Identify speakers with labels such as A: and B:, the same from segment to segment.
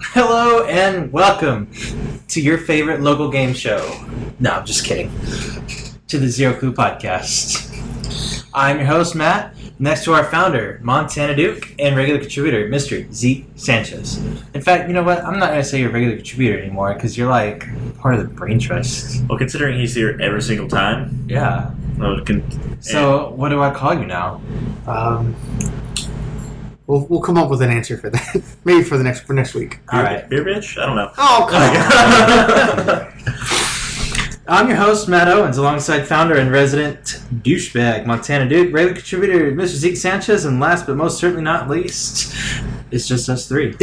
A: Hello and welcome to your favorite local game show. No, I'm just kidding. To the Zero Clue podcast. I'm your host, Matt. Next to our founder, Montana Duke, and regular contributor, Mr. Zeke Sanchez. In fact, you know what? I'm not going to say you're a regular contributor anymore because you're like part of the brain trust.
B: Well, considering he's here every single time, uh,
A: Yeah.
B: I would con-
A: So, what do I call you now?
C: Um, we'll, we'll come up with an answer for that. Maybe for the next for next week.
A: All
B: beer,
A: right.
B: beer bitch. I don't know.
C: Oh,
A: I'm your host, Matt Owens, alongside founder and resident douchebag Montana Dude, regular contributor Mr. Zeke Sanchez, and last but most certainly not least, it's just us three.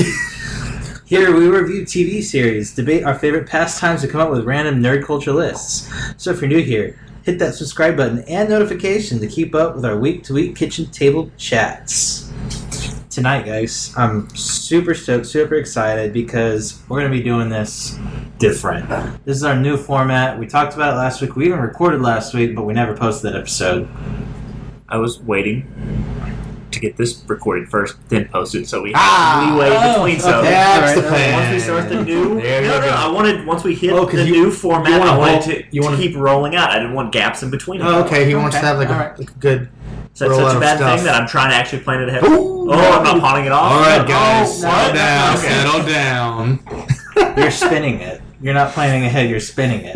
A: Here we review TV series, debate our favorite pastimes, and come up with random nerd culture lists. So if you're new here, hit that subscribe button and notification to keep up with our week to week kitchen table chats. Tonight, guys, I'm super stoked, super excited because we're going to be doing this different. This is our new format. We talked about it last week. We even recorded last week, but we never posted that episode.
B: I was waiting to get this recorded first, then posted, so we had
C: Ah!
B: leeway
A: Oh,
B: between. So
A: okay.
C: That's
A: Alright,
C: the
A: uh,
C: plan.
B: once we start the new,
C: There you
B: no, no,
C: go.
B: I wanted once we hit
C: Oh, 'cause
B: the
C: you-
B: new format,
C: you wanna
B: I wanted
C: roll-
B: to,
C: you wanna-
B: to keep rolling out. I didn't want gaps in between. them.
C: Oh, okay, he wants to
A: Okay,
C: have like a,
A: alright.
C: like a good.
B: Is that
C: roll
B: such
C: out
B: a
C: of
B: bad
C: stuff.
B: thing that I'm trying to actually plan it ahead?
C: Ooh,
B: Oh, I'm not pawning it off.
C: All right,
B: Oh,
C: guys,
B: what?
C: settle down,
B: Okay.
C: settle down.
A: You're spinning it. You're not planning ahead. You're spinning it.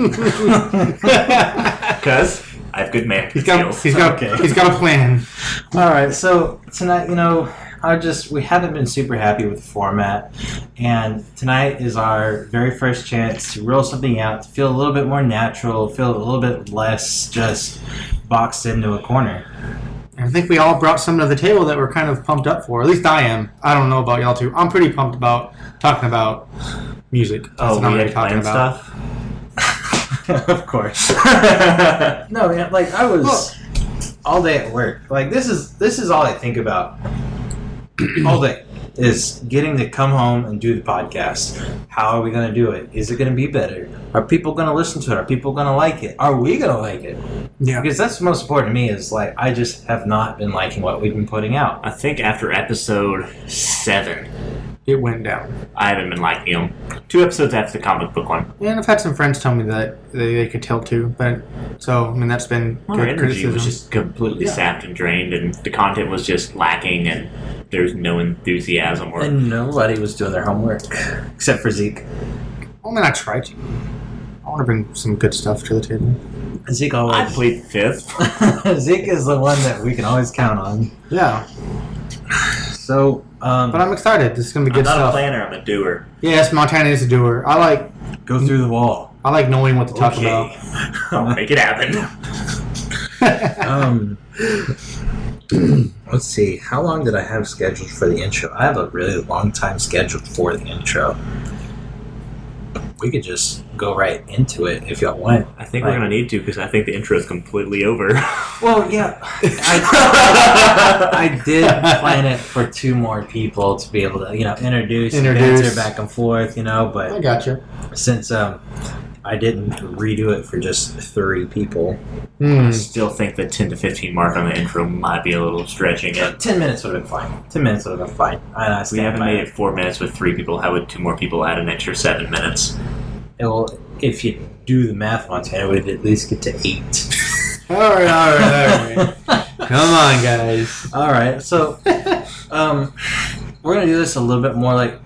B: Because I have good management
C: he's got
B: skills.
C: he's got
A: Okay.
C: he's got a plan.
A: All right, so tonight, you know, I just we haven't been super happy with the format, and tonight is our very first chance to roll something out to feel a little bit more natural, feel a little bit less just boxed into a corner.
C: I think we all brought something to the table that we're kind of pumped up for. At least I am. I don't know about y'all two. I'm pretty pumped about talking about music. That's
B: Oh,
C: what I'm
B: we
C: really
B: had
C: talking
B: planned
C: about.
B: stuff.
A: of course. No, yeah, like I was all day at work. Like this is this is all I think about all day is getting to come home and do the podcast. How are we going to do it? Is it going to be better? Are people going to listen to it? Are people going to like it? Are we going to like it?
C: Yeah.
A: Because that's the most important to me is like I just have not been liking what we've been putting out.
B: I think after episode seven,
C: It went down.
B: I haven't been liking them. Two episodes after the comic book one.
C: And I've had some friends tell me that they, they could tell too, but so I mean that's been
B: Our
C: good
B: energy
C: criticism.
B: was just completely
C: Yeah.
B: sapped and drained, and the content was just lacking, and there's no enthusiasm or.
A: And nobody was doing their homework except for Zeke.
C: I mean, I tried to. I want to bring some good stuff to the table.
A: Zeke
B: I
A: always.
B: played fifth.
A: Zeke is the one that we can always count on.
C: Yeah,
A: So, um,
C: but I'm excited. This is gonna be
B: I'm
C: good
B: not a
C: stuff.
B: planner. I'm a doer.
C: Yes, Montana is a doer. I like
A: go through the wall.
C: I like knowing what to talk
B: okay, I'll make it happen.
C: about.
A: um, let's see. How long did I have scheduled for the intro? I have a really long time scheduled for the intro. We could just go right into it if y'all want.
B: I think we're gonna need to because I think the intro is completely over.
A: Well, yeah, I,
B: I,
A: I did plan it for two more people to be able to, you know, introduce,
C: Introduce.
A: banter back and forth, you know.
C: I
A: But
C: gotcha.
A: since um, I didn't redo it for just three people,
C: Hmm.
B: still think the 10 to 15 mark on the intro might be a little stretching it.
A: ten minutes would have been fine. Ten minutes would have been fine. And I
B: We
A: stand
B: haven't
A: by
B: made
A: it.
B: it four minutes with three people. How would two more people add an extra seven minutes?
A: It will, if you do the math, Montana it would at least get to eight.
C: All right, all right, all right. Come on, guys.
A: All right, so um, we're gonna do this a little bit more like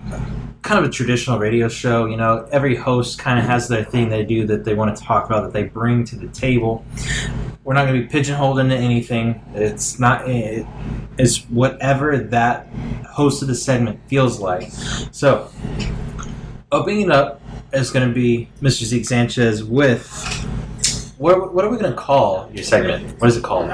A: kind of a traditional radio show. You know, every host kind of has their thing they do that they want to talk about that they bring to the table. We're not gonna be pigeonholed into anything. It's not. It, it's whatever that host of the segment feels like. So opening it up is gonna be Mr. Zeke Sanchez with. What, what are we going to call your segment? What is it called?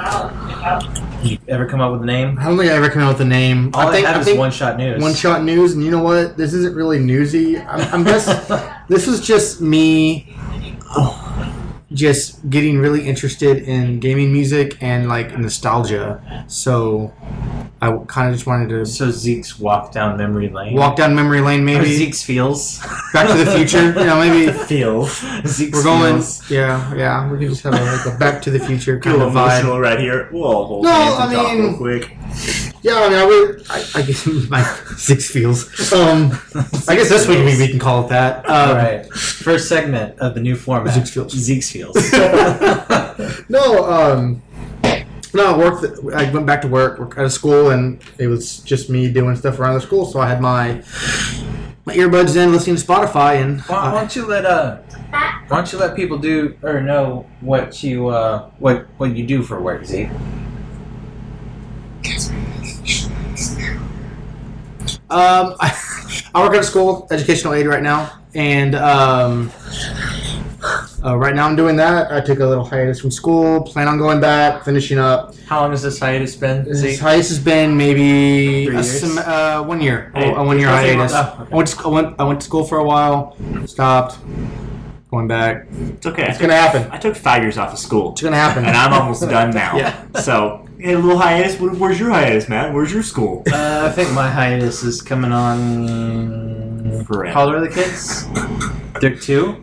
A: You ever come up with a name?
C: I don't think I ever came up with a name.
A: All I,
C: I think
A: have
C: I
A: is
C: think
A: one shot news.
C: one shot news, and you know what? This isn't really newsy. I'm, I'm just this is just me oh, just getting really interested in gaming music and like nostalgia so i kind of just wanted to
A: so Zeke's walk down memory lane.
C: walk down memory lane
A: Or
C: maybe
A: Zeke's feels.
C: back to the future you know maybe
B: Feels.
A: Zeke's
C: we're going
A: feels.
C: yeah yeah we can just have a, like a back to the future kind
B: Cool
C: of vibe
B: emotional right here. We'll all hold
C: No,
B: hands
C: I
B: and talk
C: mean-
B: real quick.
C: Yeah, I mean, I would. I, I guess my six feels. Um, I guess this week we, we can call it that. Um,
A: All right. First segment of the new format.
C: Zeke's Fields.
A: Zeke's Fields.
C: no, um, no, I worked. I went back to work, work at a school, and it was just me doing stuff around the school. So I had my my earbuds in, listening to Spotify, and
A: why, why
C: uh,
A: don't you let uh, why don't you let people do or know what you uh what what you do for work, Zeke?
C: um, I, I work at a school, educational aid right now, and um, uh, right now I'm doing that. I took a little hiatus from school, plan on going back, finishing up.
A: How long has this hiatus been,
C: This
A: Zeke?
C: hiatus has been maybe
A: Three
C: a
A: years?
C: sem- uh, one year,
B: Hey,
C: a one year
B: nothing wrong-
C: hiatus.
A: oh, okay.
C: I, went to, sc- I went I went to school for a while, stopped, going back.
B: It's okay.
C: It's gonna happen.
B: I took five years off of school,
C: It's gonna happen.
B: and I'm almost done now.
C: Yeah.
B: So, hey, a little hiatus. Where- Where's your hiatus, Matt? Where's your school?
A: Uh, I think my hiatus is coming on.
B: Forever.
A: How old are the kids? They're two.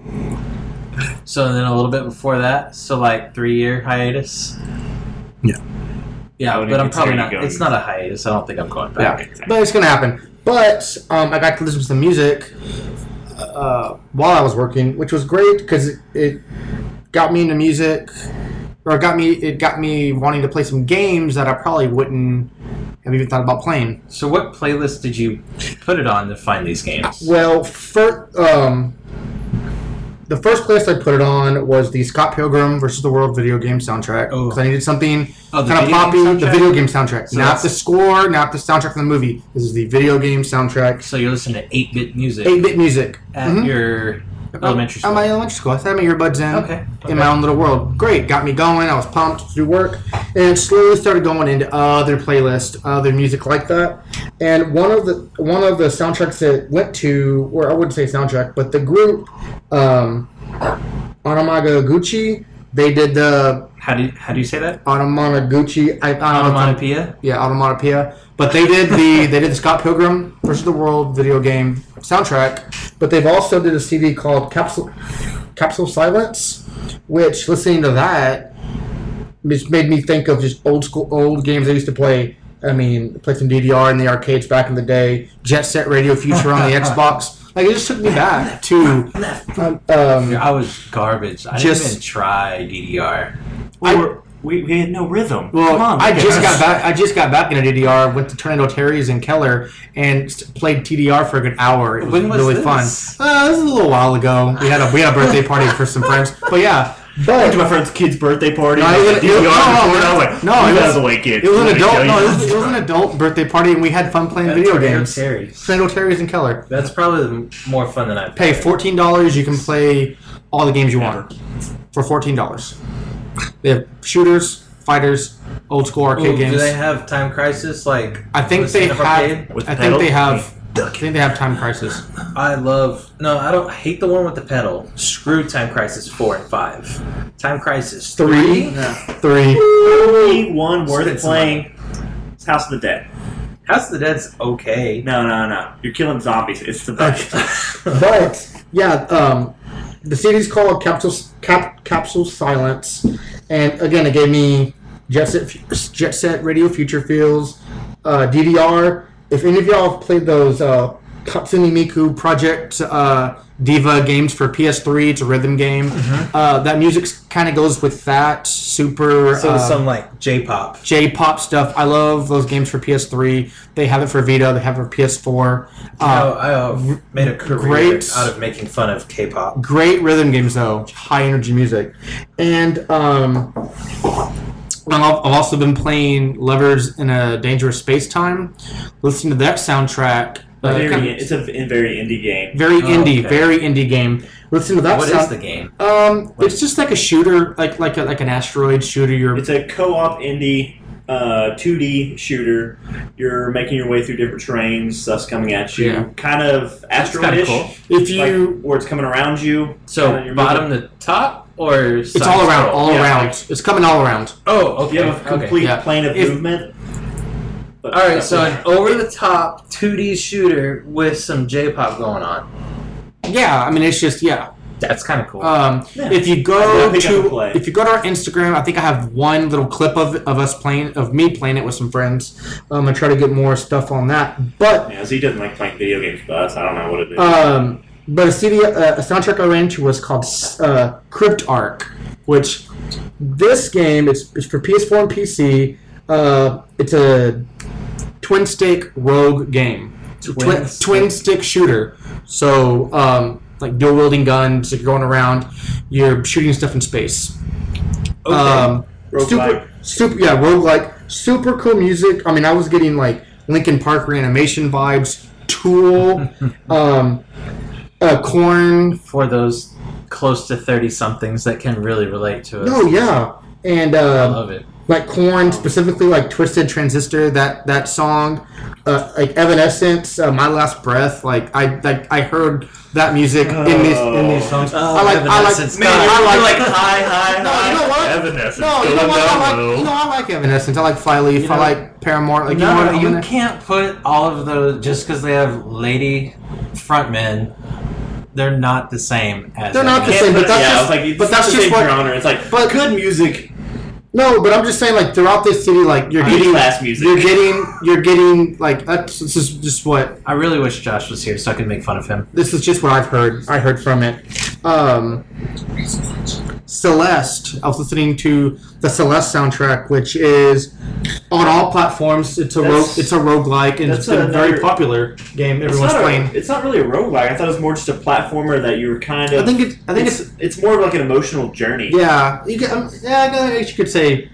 A: So then a little bit before that, so like three year hiatus.
C: Yeah.
B: I
A: Yeah,
B: wouldn't
A: but I'm
B: consider
A: probably
B: you
A: not.
B: going.
A: It's not a hiatus. I don't think I'm going back.
C: yeah, but it's gonna happen. But um, I got to listen to some music uh, while I was working, which was great because it, it got me into music, or it got me it got me wanting to play some games that I probably wouldn't have even thought about playing.
A: So what playlist did you put it on to find these games?
C: Well, fir- um, the first place I put it on was the Scott Pilgrim versus the World video game soundtrack
A: Oh.
C: because I needed something
A: Oh, the video
C: kind of
A: game
C: poppy. The
A: soundtrack?
C: video game soundtrack,
A: So
C: not
A: that's-
C: the score, not the soundtrack from the movie. This is the video game soundtrack,
A: So you listen to eight bit music
C: eight bit music.
A: at
C: Mhm.
A: your elementary
C: At
A: school.
C: uh, my elementary school, I had my earbuds in.
A: Okay.
C: In my own little world. Great, got me going. I was pumped to do work, and it slowly started going into other playlists, other music like that. And one of the one of the soundtracks that went to, or I wouldn't say soundtrack, but the group, um, Anamagaguchi, they did the
A: how do you, how do you say that?
C: Anamagaguchi. I, I don't know if I'm-
A: Onomatopoeia.
C: yeah, Automatopoeia. But they did the they did the Scott Pilgrim versus the World video game soundtrack. But they've also did a CD called Capsule Capsule Silence, which listening to that just made me think of just old school old games I used to play. I mean, play some DDR in the arcades back in the day. Jet Set Radio Future on the Xbox. Like it just took me back to. Um, um,
A: I was garbage. I
C: Just-
A: didn't even try DDR.
B: we,
C: I-
B: were, we, we had no rhythm.
C: Well,
B: Come on,
C: I
B: look at
C: just
B: us.
C: got back. I just got back into DDR. Went to Tornado Terry's in Keller and s- played TDR for a good hour. It was,
A: When was
C: really
A: this?
C: fun. Uh, this was a little while ago. We had a we had a birthday party for some friends. But yeah,
B: Went to
C: but
B: my friend's kid's birthday party.
C: No,
B: No,
C: it was-
B: was,
C: it was- no, no,
B: no,
C: no, it
B: you
C: was-
B: guys away, kid.
C: it was an
B: Let me show
C: adult.
B: you
C: No, it
B: something."
C: was, it was an adult birthday party, and we had fun playing video
A: Tornado
C: games.
A: Terry's.
C: Tornado Terry's in Keller.
A: That's probably the more fun than I've
C: Pay
A: had.
C: fourteen dollars. You can play all the games you want for fourteen dollars. They have shooters, fighters, old school
A: Ooh,
C: arcade games.
A: Do they have Time Crisis? Like
C: I think
A: the
C: they
A: stand-up
C: have.
A: arcade?
B: With the
C: I think they
B: pedal?
C: have. I think they have Time Crisis.
A: I love. No, I don't I hate the one with the pedal. Screw Time Crisis four and five. Time Crisis
C: Three?
A: three.
C: Three.
B: Only one
A: Spit
B: worth
A: some
B: playing. It's House of the Dead.
A: House of the Dead's okay.
B: No, no, no. You're killing zombies. It's the best.
C: But yeah, um, the CD's called Capsule Cap, Capsule Silence, and again, it gave me Jet Set, Fu- Jet Set Radio Future feels, uh, DDR. If any of y'all have played those uh, Katsuni Miku Project uh, Diva games for PS3, it's a rhythm game.
A: Mm-hmm.
C: Uh, that music kind of goes with that super.
A: so
C: uh,
A: there's some like J-pop.
C: J-pop stuff. I love those games for PS3. They have it for Vita. They have it for PS4.
A: I,
C: Uh,
A: I uh, made a career
C: great-
A: out of making fun of K-pop.
C: Great rhythm games though, high energy music, and um, I've al- I've also been playing Lovers in a Dangerous Space Time. Listening to that soundtrack, uh,
B: Very-
C: kind of-
B: it's a v- very indie game.
C: very
A: Oh,
C: indie,
A: okay.
C: very indie game. Listen to that.
A: What
C: sound-
A: is the game?
C: Um,
A: Like-
C: it's just like a shooter, like like a, like an asteroid shooter. You're
B: It's a co-op indie uh, 2D shooter. You're making your way through different terrains. Stuff's coming at you.
C: Yeah.
B: Kind of
A: kinda
B: asteroidish,
A: cool.
C: if
B: like,
C: you
B: where it's coming around you.
A: So
B: kinda you're
A: bottom to top or
C: it's all around, all
B: Yeah,
C: around.
B: like-
C: it's coming all around.
A: Oh,
B: moving-
A: okay.
B: You have a
A: okay.
B: complete
C: Yeah.
B: plane of
C: If-
B: movement. But
A: All right, so an over-the-top 2D shooter with some J-pop going on.
C: Yeah, I mean it's just yeah.
A: That's kind of cool.
C: Um,
B: Yeah.
C: If you
B: I'll
C: go
B: pick up and
C: to
B: play.
C: if you go to our Instagram, I think I have one little clip of of us playing of me playing it with some friends. Um, I try to get more stuff on that, but
B: Yeah, so he doesn't like playing video games with us. I don't know what it is.
C: um, but a CD uh, a soundtrack I ran to was called uh, Crypt Arc, which this game it's it's for PS4 and PC. Uh, it's a twin stick rogue game. It's a
A: Twin
C: Twin,
A: stick.
C: twin stick shooter. So um, like dual wielding guns, you're going around, you're shooting stuff in space.
B: okay.
C: Um,
B: Roguelike.
C: super, super, yeah, roguelike. Super cool music. I mean, I was getting like Linkin Park reanimation vibes, Tool, um, uh, Corn.
A: for those close to 30 somethings that can really relate to it.
C: Oh yeah, and
A: I
C: uh,
A: love it.
C: like Corn specifically, like Twisted Transistor. That that song, uh, like Evanescence, uh, My Last Breath. Like I like I heard that music in these in these songs.
A: Oh,
C: I like I like
A: Evanescence.
C: man,
A: God,
C: I
A: you're
C: like.
A: like high, high,
C: no,
A: high.
C: you know what?
B: Evanescence.
C: No, you know what? I like, you know, I like Evanescence. I like
A: Oh.
C: Flyleaf.
A: You know-
C: I like Paramore. Like
A: no,
C: you, know,
A: no,
C: what?
A: you
C: I'm gonna-
A: can't put all of those just because they have lady frontmen. They're not the same as.
C: They're not the
A: Evanescence.
C: same, but that's
B: yeah,
C: just-
B: it's like, it's
C: but that's
B: the
C: just
B: same
C: what-
B: genre. It's like
C: but-
B: good music,
C: No, but I'm just saying, like throughout this city, like you're
B: good
C: getting,
B: class music.
C: you're getting, you're getting, like that's this is just what
A: I really wish Josh was here so I could make fun of him.
C: this is just what I've heard. I heard from it. Um, Celeste. I was listening to the Celeste soundtrack, which is on all platforms. It's a rogue,
B: That's-
C: it's a roguelike, and it's
B: that's
C: been a very
B: another-
C: popular game.
B: it's
C: Everyone's
B: not
C: playing.
B: A, it's not really a roguelike. I thought it was more just a platformer that you were kind of.
C: I think it. I think it's.
B: it's, it's more of like an emotional journey
C: yeah, you could, um, yeah, I guess you could say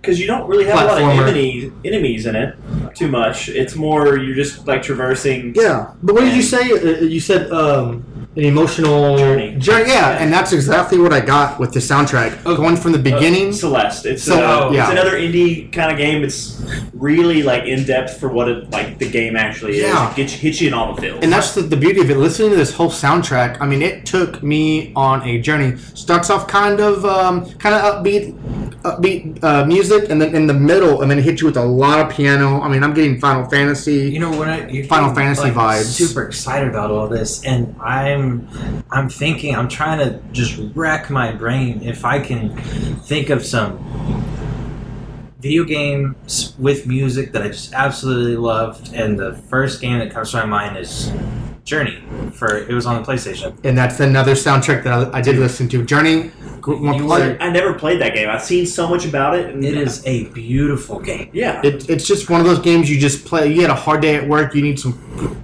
B: because you don't really have a lot of
C: Platformer.
B: enemies enemies in it too much. It's more you're just like traversing.
C: Yeah, but what did you say? Uh, You said um, an emotional
B: Journey.
C: yeah,
B: Yeah.
C: and that's exactly what I got with the soundtrack. Going from the
B: uh,
C: beginning.
B: Celeste. It's,
C: So-
B: another,
C: yeah.
B: it's another indie kind of game. It's really like in depth for what it, like the game actually is.
C: Yeah.
B: It gets you, hits you in all the feels.
C: and that's the, the beauty of it. Listening to this whole soundtrack, I mean, it took me on a journey. Starts off kind of, um, kind of upbeat, upbeat uh, music, and then in the middle, and then it hits you with a lot of piano. I mean, I'm getting Final Fantasy.
A: You know when I you
C: Final Fantasy vibes.
A: Super excited about all this, and I'm I'm thinking I'm trying to just rack my brain if I can think of some video games with music that I just absolutely loved, and the first game that comes to my mind is Journey. For it was on the PlayStation.
C: And that's another soundtrack that I, I did listen to. Journey. gr- one-
A: You
B: Like, I never played that game. I've seen so much about it. And
A: It is a beautiful game.
B: Yeah.
C: It, it's just one of those games you just play. You had a hard day at work. You need some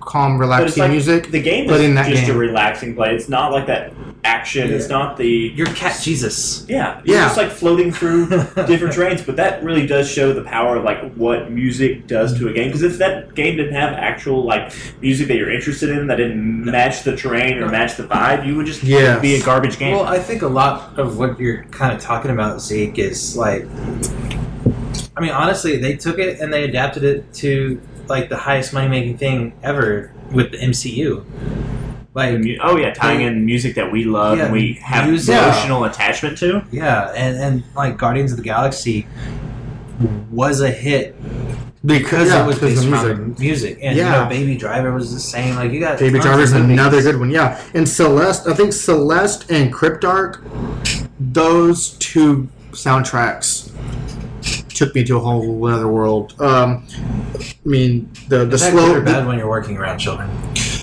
C: calm,
B: but it's
C: relaxing
B: like
C: music.
B: the game
C: but
B: is
C: in that
B: just
C: game-
B: a relaxing play. It's not like that action. It's not the
A: You're Cat Jesus.
B: yeah. You're
C: Yeah.
B: just like floating through different trains. But that really does show the power of like what music does to a game. Because if that game didn't have actual like music that you're interested in that didn't match the terrain or match the vibe, you would just
C: Yes.
B: be a garbage game.
A: Well, I think a lot of what you're kind of talking about, Zeke, is like, I mean, honestly, they took it and they adapted it to like the highest money making thing ever with the MCU.
B: The
A: Like,
B: mu- oh yeah, tying in music that we love and
A: Yeah,
B: we have
A: music.
B: emotional attachment to.
A: yeah, and, and like Guardians of the Galaxy was a hit because
C: yeah,
A: it was based
C: because of the music.
A: around music. And you
C: Yeah.
A: know, Baby Driver was the same. Like, you got
C: Baby
A: tons of
C: Driver's
A: movies.
C: another good one. Yeah, and Celeste. I think Celeste and Cryptark. Those two soundtracks took me to a whole other world. Um, I mean, the the
A: Is that
C: slow.
A: good or bad
C: The,
A: when you're working around children.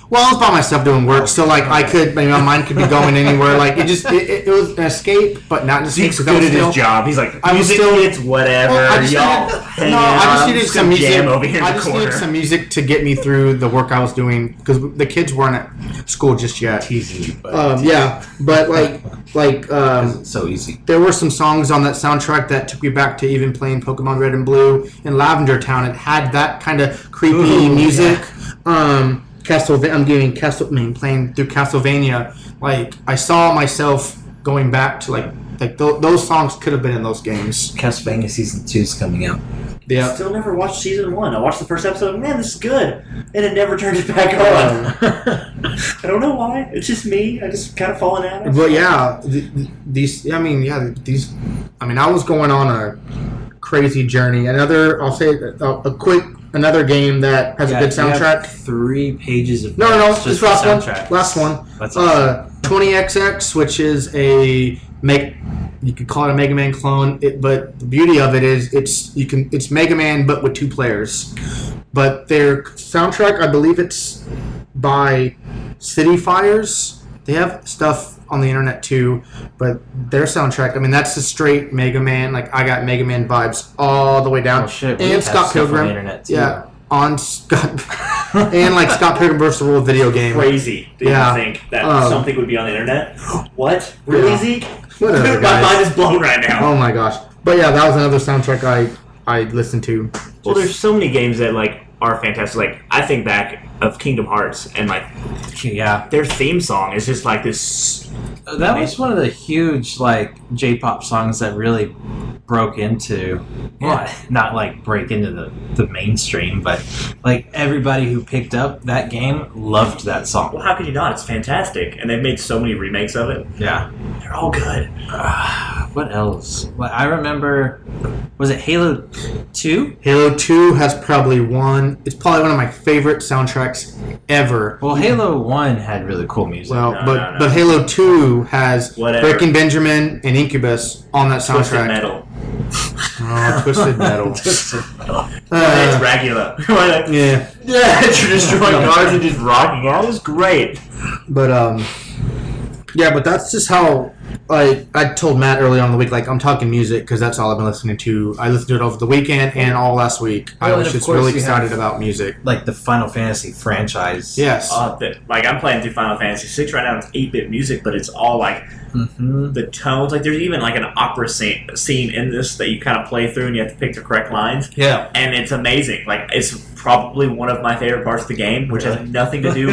C: well, I was by myself doing work, so like I could, I mean, my mind could be going anywhere. Like it just, it, it, it was an escape, but not an escape.
B: Zeke's
C: 'cause I was
B: good at
C: still-
B: his job. He's like,
C: I was
B: music
C: still-
B: hits whatever.
C: Well, I just
B: y'all
C: needed-
B: hang
C: no,
B: out.
C: I just
B: I'm
C: needed
B: gonna
C: some music.
B: Jam over here in
C: I
B: the
C: just
B: corner.
C: needed some music to get me through the work I was doing because the kids weren't at school just yet.
A: Teasing you, but
C: Um, yeah, but like, like um,
A: it's so easy.
C: there were some songs on that soundtrack that took me back to even playing Pokemon Red and Blue and Lavender Town. It had that kind of creepy
A: Ooh,
C: music. Um, Castlevania. I'm giving Castle. I mean, playing through Castlevania. Like, I saw myself going back to like. Like th- those songs could have been in those games.
A: Castlevania Season 2 is coming out.
C: Yeah.
B: Still never watched season one. I watched the first episode. Man, this is good, and it never turned it back on. I don't know why. It's just me. I just kind of fallen out. of it.
C: But yeah, th- th- these. I mean, yeah, these. I mean, I was going on a crazy journey. Another, I'll say a, a quick another game that has
A: Yeah,
C: a good
A: you have
C: soundtrack.
A: Three pages of
C: No, no, no,
A: notes
C: just
A: for
C: last one.
A: soundtrack.
C: Last one.
A: That's awesome.
C: Uh, 20XX, which is a make you could call it a Mega Man clone, it, but the beauty of it is it's you can it's Mega Man but with two players. But their soundtrack, I believe it's by City Fires. They have stuff on the internet too, but their soundtrack, I mean, that's the straight Mega Man. Like I got Mega Man vibes all the way down.
A: Oh shit! we
C: and
A: have
C: Scott
A: stuff on the
C: Pilgrim.
A: internet, too.
C: yeah, on Scott and like Scott Pilgrim versus the World video game.
D: Crazy that
C: Yeah.
D: you think that
C: Um,
D: something would be on the internet. What? Really,
C: Yeah.
D: Zeke?
C: Whatever,
D: My
C: guys.
D: mind is blown right now.
C: Oh my gosh! But yeah, that was another soundtrack I I listened to.
B: Well,
C: Just-
B: there's so many games that like are fantastic. Like I think back of Kingdom Hearts and like
A: yeah.
B: their theme song is just like this.
A: That was one of the huge like J-pop songs that really broke into, well, not like break into the, the mainstream, but like everybody who picked up that game loved that
B: Well,
A: song.
B: how could you not? It's fantastic, and they've made so many remakes of it.
A: Yeah.
B: They're all good.
A: What else? Well, I remember, was it Halo Two?
C: Halo Two has probably one. It's probably one of my favorite soundtracks ever.
A: Well, Halo One had really cool music.
C: Well,
B: No,
C: but
B: no, no.
C: but Halo Two has
B: Whatever.
C: Breaking Benjamin and Incubus on that
B: Twisted
C: soundtrack.
B: Metal.
C: Oh, Twisted Metal.
B: It's
C: Uh,
B: Dracula. yeah,
C: yeah,
B: you're destroying cars and just rocking out. It's great.
C: but um, yeah, but that's just how. I, I told Matt earlier on in the week, like I'm talking music because that's all I've been listening to. I listened to it over the weekend and all last week. I
A: Well, and
C: was
A: of
C: just really
A: course you have-
C: excited about music.
A: like the Final Fantasy franchise.
C: Yes.
B: Uh, the, like I'm playing through Final Fantasy VI right now. It's 8-bit music, but it's all like
A: hmm
B: the tones. Like there's even like an opera scene, scene in this that you kind of play through, and you have to pick the correct lines.
A: Yeah.
B: and it's amazing. Like it's probably one of my favorite parts of the game, which has nothing to do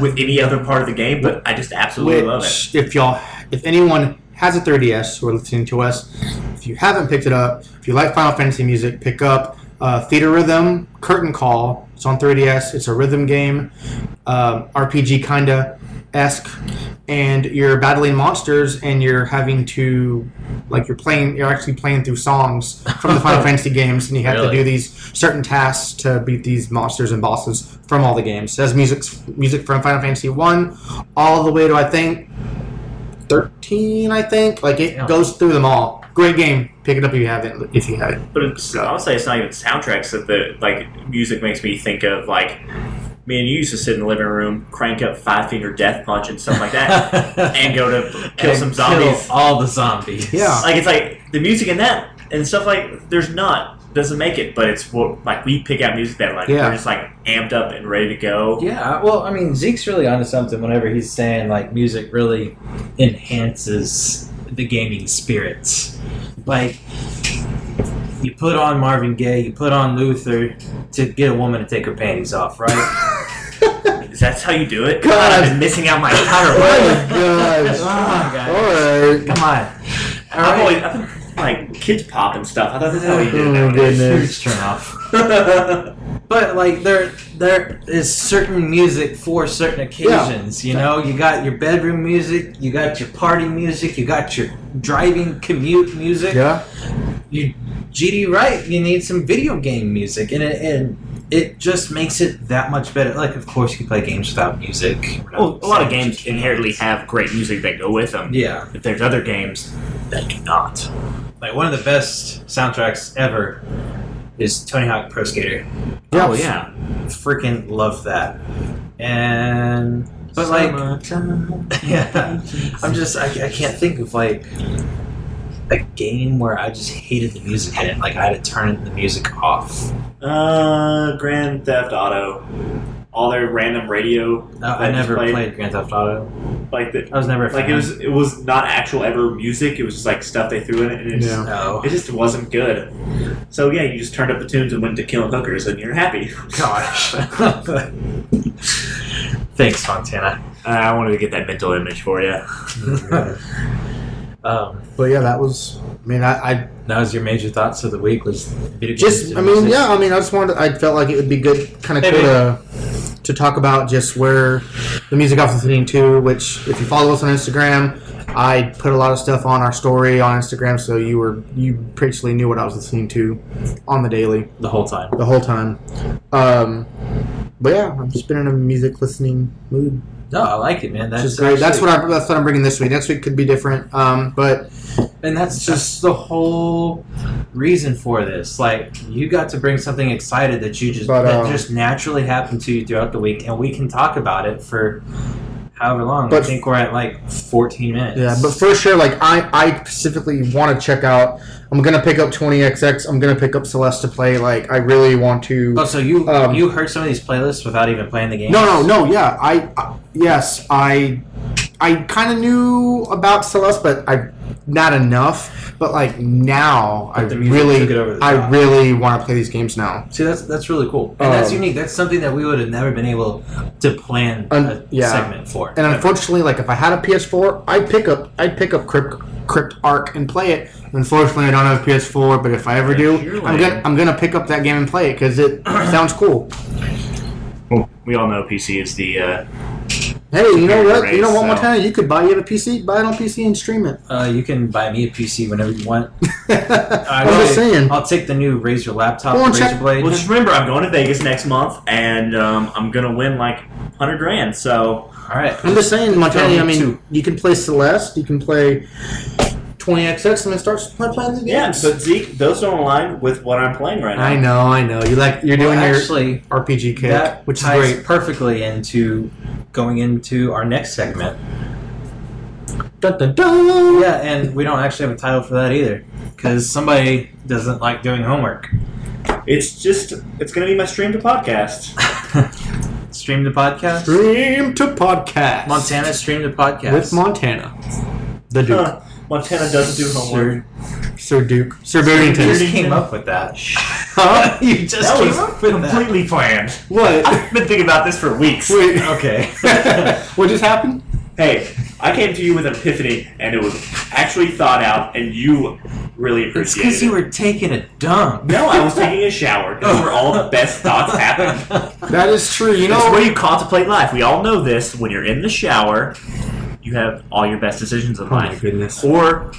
B: with any other part of the game, but I just absolutely love it.
C: Which, if y'all, if anyone has a 3DS who are listening to us, if you haven't picked it up, if you like Final Fantasy music, pick up uh, Theater Rhythm Curtain Call. It's on 3DS. It's a rhythm game, um, RPG kinda esque, and you're battling monsters and you're having to, like, you're playing, you're actually playing through songs from the Final Fantasy games, and you have to
A: Really?
C: do these certain tasks to beat these monsters and bosses from all the games. It has music music from Final Fantasy One all the way to I think thirteen. I think like it
A: Yeah.
C: goes through them all. Great game. Pick it up if you haven't. If you haven't.
B: But it's, I would say it's not even soundtracks that the like music makes me think of like me and you used to sit in the living room, crank up Five Finger Death Punch and stuff like that, and go to kill
A: And
B: some zombies.
A: kill all the zombies.
C: Yeah.
B: Like it's like the music in that and stuff like there's not doesn't make it, but it's what like we pick out music that like
C: Yeah.
B: we're just like amped up and ready to go.
A: Yeah, well, I mean, Zeke's really onto something whenever he's saying like music really enhances the gaming spirit. Like, you put on Marvin Gaye, you put on Luther to get a woman to take her panties off, right?
B: That's how you do it?
C: God.
B: I've been missing out my entire life.
C: Oh my gosh.
A: on, guys.
C: All right.
A: Come on. All
B: I've
A: right.
B: always, I've been, like, kids pop and stuff. I thought that's how you did
C: Oh,
B: it.
C: goodness.
A: Turn off. But like there, there is certain music for certain occasions. You know, you got your bedroom music, you got your party music, you got your driving commute music.
C: Yeah.
A: you GD right, you need some video game music, and it, and it just makes it that much better. Like, of course, you can play games without music.
B: well, Oh, a lot of games inherently have great music that go with them.
A: Yeah,
B: But there's other games that do not.
A: like one of the best soundtracks ever is Tony Hawk Pro Skater.
B: Oh, yeah.
A: Freaking love that. And but like, yeah, I'm just I, I can't think of like a game where I just hated the music in it. Like I had to turn the music off.
D: Uh, Grand Theft Auto.
B: All their random radio,
A: No, I
D: I just
A: never
D: played-
A: played Grand Theft Auto.
D: Like, the,
A: I was never a
D: like
A: fan.
D: it was it was not actual ever music. It was just like stuff they threw in it, and it,
C: Yeah.
D: just,
A: no.
D: it just wasn't good. So yeah, you just turned up the tunes and went to killing hookers, and you're happy.
A: Gosh. Thanks, Fontana.
B: uh, I wanted to get that mental image for you.
A: um,
C: But yeah, that was. I mean, I, I
A: that was your major thoughts of the week. Was video games
C: just.
A: and
C: I mean,
A: music?
C: yeah. I mean, I just wanted. I felt like it would be good, kind of
A: Hey,
C: cool
A: man.
C: to, to talk about just where the music I was listening to. Which, if you follow us on Instagram, I put a lot of stuff on our story on Instagram, so you were you basically knew what I was listening to on the daily.
A: the whole time.
C: the whole time. Um, but yeah, I've just been in a music listening mood.
A: No, I like it, man. That's
C: That's, just great. that's
A: actually-
C: what I that's what I'm bringing this week. Next week could be different. Um, but
A: and that's just the whole reason for this. Like you got to bring something excited that you just
C: But,
A: that
C: um,
A: just naturally happened to you throughout the week, and we can talk about it for however long. I
C: But-
A: think we're at like fourteen minutes.
C: yeah, but for sure, like I I specifically want to check out. I'm gonna pick up 20xx. I'm gonna pick up Celeste to play. Like I really want to.
A: oh, so you
C: Um,
A: you heard some of these playlists without even playing the game?
C: No, no, no. Yeah, I, I yes, I I kind of knew about Celeste, but I not enough. But like now, I
A: the music took it
C: really,
A: over the
C: I
A: top.
C: really want to play these games now.
A: See, that's that's really cool, and that's
C: Um,
A: unique. That's something that we would have never been able to plan
C: Un-
A: a
C: yeah.
A: segment for.
C: And unfortunately, like if I had a PS4, I'd pick up I'd pick up Crypt Crypt Arc and play it. Unfortunately, I don't have a PS4, but if I ever do,
B: You're
C: I'm
B: lame.
C: gonna I'm gonna pick up that game and play it because it sounds cool.
B: Well, we all know PC is the uh,
C: Hey, you know what?
B: Race,
C: You know what,
B: so-
C: Montana? You could buy you have a PC, buy it on PC and stream it.
A: uh, you can buy me a PC whenever you want. I Uh,
C: I'm just saying.
A: I'll take the new Razer laptop,
C: Go on,
A: Razer
C: check-
A: Blade.
B: Well, just remember, I'm going to Vegas next month, and um, I'm gonna win like hundred grand. So
A: All right.
C: I'm just saying, Montana.
A: Tell
C: I
A: me
C: mean,
A: too.
C: you can play Celeste, you can play 20XX, and then start play- playing the
E: Yeah,
C: games.
E: but Zeke, those don't align with what I'm playing right now.
C: I know, I know. You like you're
A: Well,
C: doing
A: actually,
C: your RPG kick,
A: that
C: which is
A: ties
C: great.
A: perfectly into going into our next segment.
C: Dun, dun, dun.
A: Yeah, and we don't actually have a title for that either because somebody doesn't like doing homework.
E: It's just it's gonna be my stream to podcast.
A: Stream the podcast.
C: Stream to podcast
A: Montana, stream the podcast.
C: with Montana, the Duke,
E: Huh. Montana doesn't do homework.
C: Sir Duke, Sir
A: You
C: Burlington.
A: just came up with that.
C: Huh?
A: you just
B: that
A: came
B: was
A: up with that.
B: completely planned.
C: what?
B: I've been thinking about this for weeks.
C: Wait,
A: Okay.
C: what just happened?
E: Hey, I came to you with an epiphany, and it was actually thought out, and you really
A: it's
E: appreciated
A: because
E: it.
A: you were taking a dump.
E: no, I was taking a shower. That's where all the best thoughts happen.
C: That is true. You
B: It's
C: know,
B: where you contemplate life. We all know this. When you're in the shower, you have all your best decisions in
C: oh my
B: life.
C: goodness.
B: Or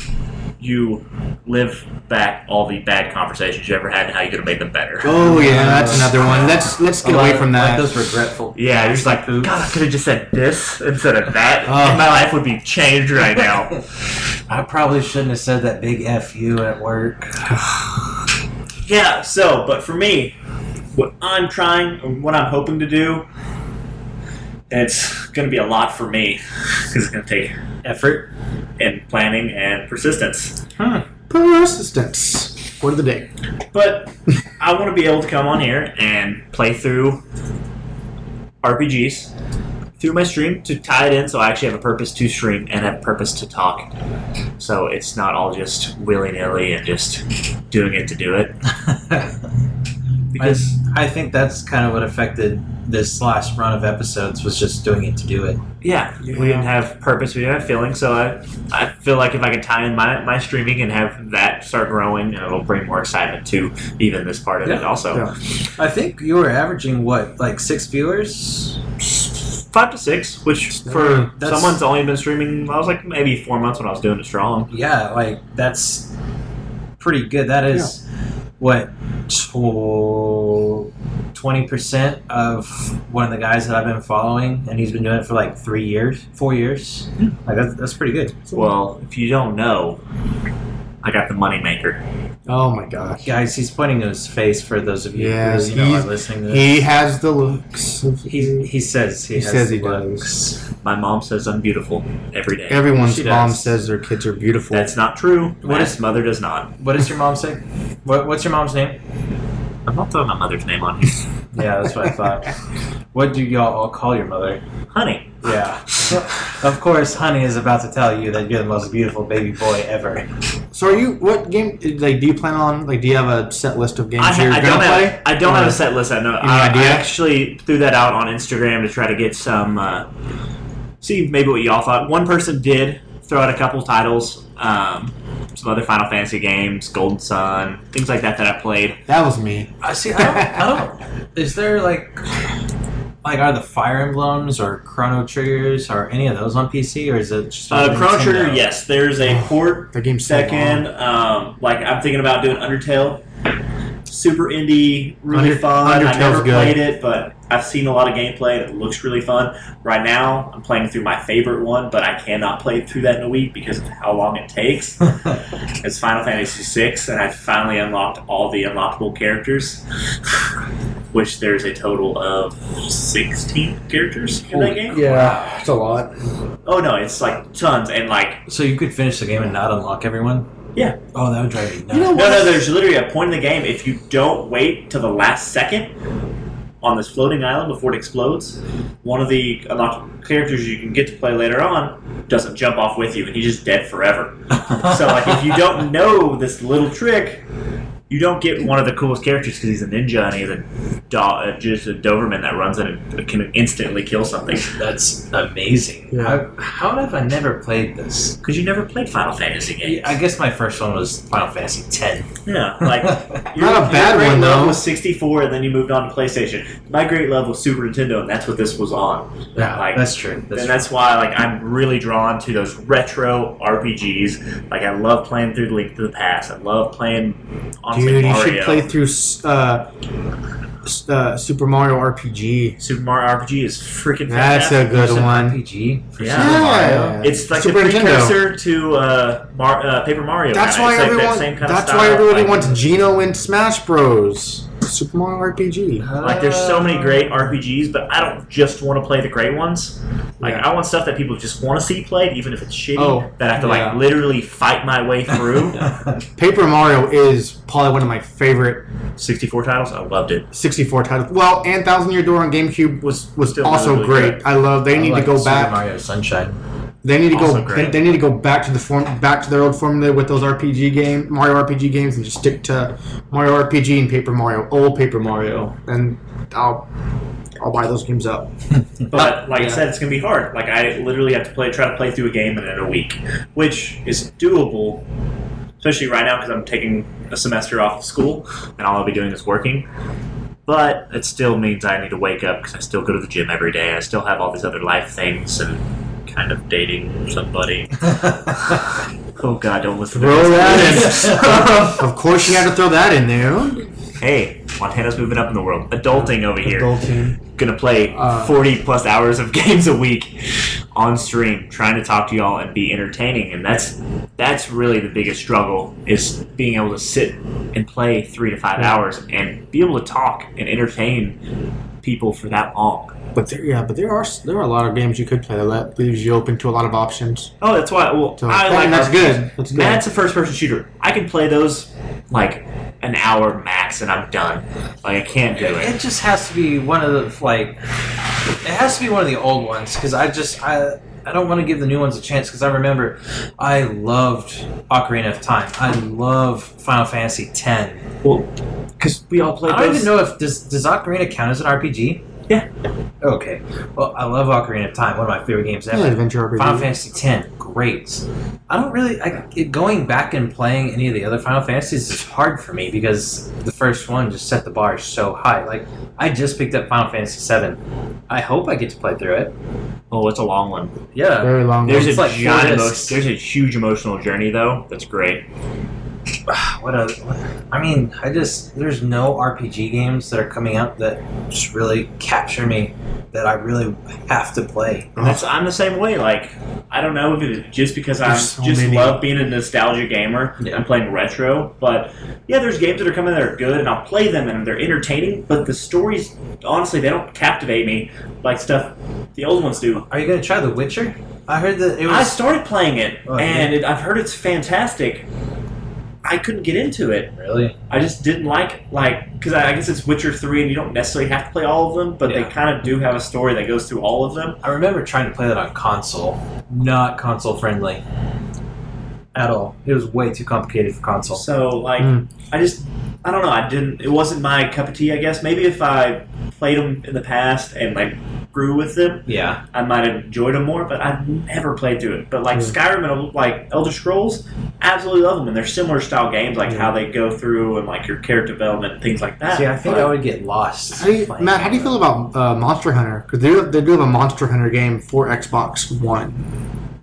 B: you live back all the bad conversations you ever had and how you could have made them better.
C: Oh yeah, that's another one. Let's let's get
A: A lot
C: away
A: of-
C: from
A: Like
C: that.
A: those regretful.
B: Yeah, you're just like, God, I could have just said this instead of that.
C: Oh.
B: and my life would be changed right now.
A: I probably shouldn't have said that big F you at work.
E: Yeah, so, but for me, what I'm trying, and what I'm hoping to do, and it's going to be a lot for me, because it's going to take
A: Effort.
E: and planning and persistence.
C: Persistence. Word of the day.
E: But
B: I want to be able to come on here and play through RPGs through my stream to tie it in so I actually have a purpose to stream and have a purpose to talk. So it's not all just willy nilly and just doing it to do it. Because
A: I think that's kind of what affected this last run of episodes was just doing it to do it.
B: Yeah, we didn't have purpose, we didn't have feeling. So I, I feel like if I can tie in my, my streaming and have that start growing, it'll bring more excitement to even this part of it.
A: Yeah,
B: Also,
C: yeah.
A: I think you were averaging what, like six viewers?
B: five to six, which for
A: That's-
B: someone's only been streaming, I was like maybe four months when I was doing it strong.
A: Yeah, like that's pretty good. That is what twenty percent of one of the guys that I've been following, and he's been doing it for like three years, four years. Like that's, that's pretty good.
B: Well, if you don't know, I got the moneymaker.
C: Oh my gosh.
A: Guys, he's pointing to his face for those of you
C: Yeah,
A: who you know, are
C: he's-
A: listening to this.
C: He has the looks. Of,
A: He, he says he,
C: He
A: has
C: says he
A: looks.
B: My mom says I'm beautiful every day.
C: everyone's
A: She
C: mom
A: does.
C: says their kids are beautiful.
B: That's not true.
A: What
B: What
A: is-
B: his mother does not.
A: What does your mom say? What, what's your mom's name?
B: I'm not throwing my mother's name on you.
A: Yeah, that's what I thought. What do y'all all call your mother?
B: Honey.
A: Yeah. of course, honey is about to tell you that you're the most beautiful baby boy ever.
C: so are you? What game? Like, do you plan on? Like, do you have a set list of games
B: I,
C: you're
B: I
C: gonna
B: don't
C: play?
B: have. I don't
C: Or-
B: have a set list. I know.
C: Any
B: I, I
C: idea?
B: actually threw that out on Instagram to try to get some. Uh, see, maybe what y'all thought. One person did throw out a couple titles. Um, some other Final Fantasy games, Golden Sun, things like that that I played.
C: That was me.
A: I see. I don't, I don't. Is there like, like are the Fire Emblems or Chrono Triggers or any of those on PC or is it just on
E: uh, Chrono Trigger,
A: Nintendo?
E: yes, there's a port
C: That game's so
E: second. Um, like, I'm thinking about doing Undertale.
B: super indie, really
C: Under-
B: fun. I
C: Undertale's
B: never
C: good.
B: played it, but I've seen a lot of gameplay and it looks really fun. Right now, I'm playing through my favorite one, but I cannot play through that in a week because of how long it takes. it's Final Fantasy VI, and I finally unlocked all the unlockable characters, which there's a total of 16 characters in that game.
C: Yeah, it's a lot.
B: Oh no, it's like tons, and like
A: So you could finish the game and not unlock everyone?
B: Yeah.
A: Oh, that would drive me nuts.
C: know
B: No, no, there's literally a point in the game if you don't wait till the last second on this floating island before it explodes, one of the unlocked characters you can get to play later on doesn't jump off with you and he's just dead forever. so like if you don't know this little trick,
F: You don't get one of the coolest characters because he's a ninja and he's a do- uh, just a Doberman that runs in and can instantly kill something.
A: That's amazing.
C: Yeah.
A: How, how have I never played this?
F: Because you never played Final Fantasy games.
A: I guess my first one was Final Fantasy X.
B: yeah, like your-
C: Not a
B: your
C: bad
B: great
C: one,
B: love
C: though.
B: was 64 and then you moved on to PlayStation. My great love was Super Nintendo and that's what this was on.
C: Yeah,
B: Like
A: That's true. That's
B: and
A: true.
B: that's why like I'm
F: I'm really drawn to those retro RPGs. Like I love playing through Link to the Past. I love playing honestly
C: Dude, you
F: Mario.
C: should play through s- uh, s- uh, Super Mario RPG.
F: Super Mario RPG is freaking
C: That's
F: fantastic.
C: a good
A: There's an
C: one.
A: RPG. for
F: Yeah.
A: Super Mario.
F: It's like
C: Super
F: the
C: Nintendo.
F: precursor to uh, Mar- uh, Paper Mario.
C: That's
F: kinda.
C: why
F: It's like that
C: everyone.
F: same kinda
C: that's
F: style,
C: why everybody
F: like-
C: wants Geno in Smash Bros. Super Mario RPG.
F: Like there's so many great RPGs, but I don't just want to play the great ones. Like
C: Yeah.
F: I want stuff that people just want to see played, even if it's shitty.
C: Oh,
F: that I have to
C: yeah.
F: like literally fight my way through.
C: Paper Mario is probably one of my favorite
F: 64 titles, I loved it.
C: 64 titles. Well, and Thousand Year Door on GameCube
F: Was
C: was
F: still
C: also
F: really
C: great.
F: good.
C: I love. They
A: I
C: need
A: like
C: to go
A: Super
C: back.
A: Mario Sunshine.
C: They need to
F: Also
C: go. They,
F: great.
C: they need to go back to the form, back to their old formula with those RPG game, Mario RPG games, and just stick to Mario RPG and Paper Mario, old Paper Mario, and I'll, I'll buy those games up.
B: But like
C: Yeah.
B: I said, it's gonna be hard. Like I literally have to play, try to play through a game in a week, which is doable, especially right now because I'm taking a semester off of school.
F: and all I'll be doing is working. But it still means I need to wake up because I still go to the gym every day. I still have all these other life things and kind of dating somebody. oh God, don't listen
C: Throw
F: to this.
C: that Of course, you had to throw that in there.
F: hey, Montana's moving up in the world. Adulting over here.
C: Adulting.
F: Gonna play
C: Uh,
F: 40 plus hours of games a week on stream, trying to talk to y'all and be entertaining. And that's that's really the biggest struggle is being able to sit and play three to five hours and be able to talk and entertain people for that long.
C: But there, yeah, but there are s- there are a lot of games you could play that leaves you open to a lot of options.
F: Oh, that's why. Well,
C: So
F: I
C: that-
F: like
C: that's
F: RPGs.
C: good. That's good.
F: That's a first-person shooter. I can play those like an hour max, and I'm done. Like I can't do
A: It,
F: it.
A: it just has to be one of the like. It has to be one of the old ones because I just I I don't want to give the new ones a chance because I remember I loved Ocarina of Time. I love Final Fantasy X. I
F: Well, because we all played.
A: don't
F: those.
A: even know if does does Ocarina count as an RPG?
F: Yeah.
A: Okay. Well, I love Ocarina of Time. One of my favorite games
C: yeah,
A: ever.
C: adventure
A: Final
C: RPG.
A: Fantasy X, great. I don't really I, it, going back and playing any of the other Final Fantasies is hard for me because the first one just set the bar so high. Like I just picked up Final Fantasy VII. I hope I get to play through it.
F: Oh, it's a long one.
A: Yeah,
C: Very long.
F: There's
C: one.
A: It's
F: a
A: like four
F: giant. Emo-
A: discs.
F: there's a huge emotional journey though. That's great.
A: what a. I mean, I just there's no RPG games that are coming out that just really capture me that I really have to play.
C: Oh.
F: And that's
C: That's,
F: I'm the same way. Like I don't know if it's
B: Just because I
C: There's so
B: just
C: many.
B: love being a nostalgia gamer
A: Yeah.
B: and playing retro, but yeah, there's games that are coming that are good, and I'll play them and they're entertaining. But the stories, honestly, they don't captivate me like stuff the old ones do.
A: Are you gonna try The Witcher? I heard that it
B: I
A: was.
B: started playing it,
A: Oh, yeah.
B: and it, I've heard it's fantastic. I couldn't get into it.
A: Really?
B: I just didn't like like because I, I guess it's Witcher three, and you don't necessarily have to play all of them, but
A: Yeah.
B: they kind of do have a story that goes through all of them.
A: I remember trying to play that on console. Not console friendly. At all. It was way too complicated for console.
B: So like,
C: Mm.
B: I just I don't know. I didn't. It wasn't my cup of tea. I guess maybe if I played them in the past and like grew with them,
A: Yeah.
B: I might have enjoyed them more. But I've never played through it. But like
C: Mm.
B: Skyrim and like Elder Scrolls, absolutely love them, and they're similar style games, like
C: Yeah.
B: how they go through and like your character development and things like that.
A: See, I think
B: But-
A: I would get lost.
C: how do you,
A: playing
C: Matt, how do you feel about uh, Monster Hunter? Because they, do- they do have a Monster Hunter game for Xbox One.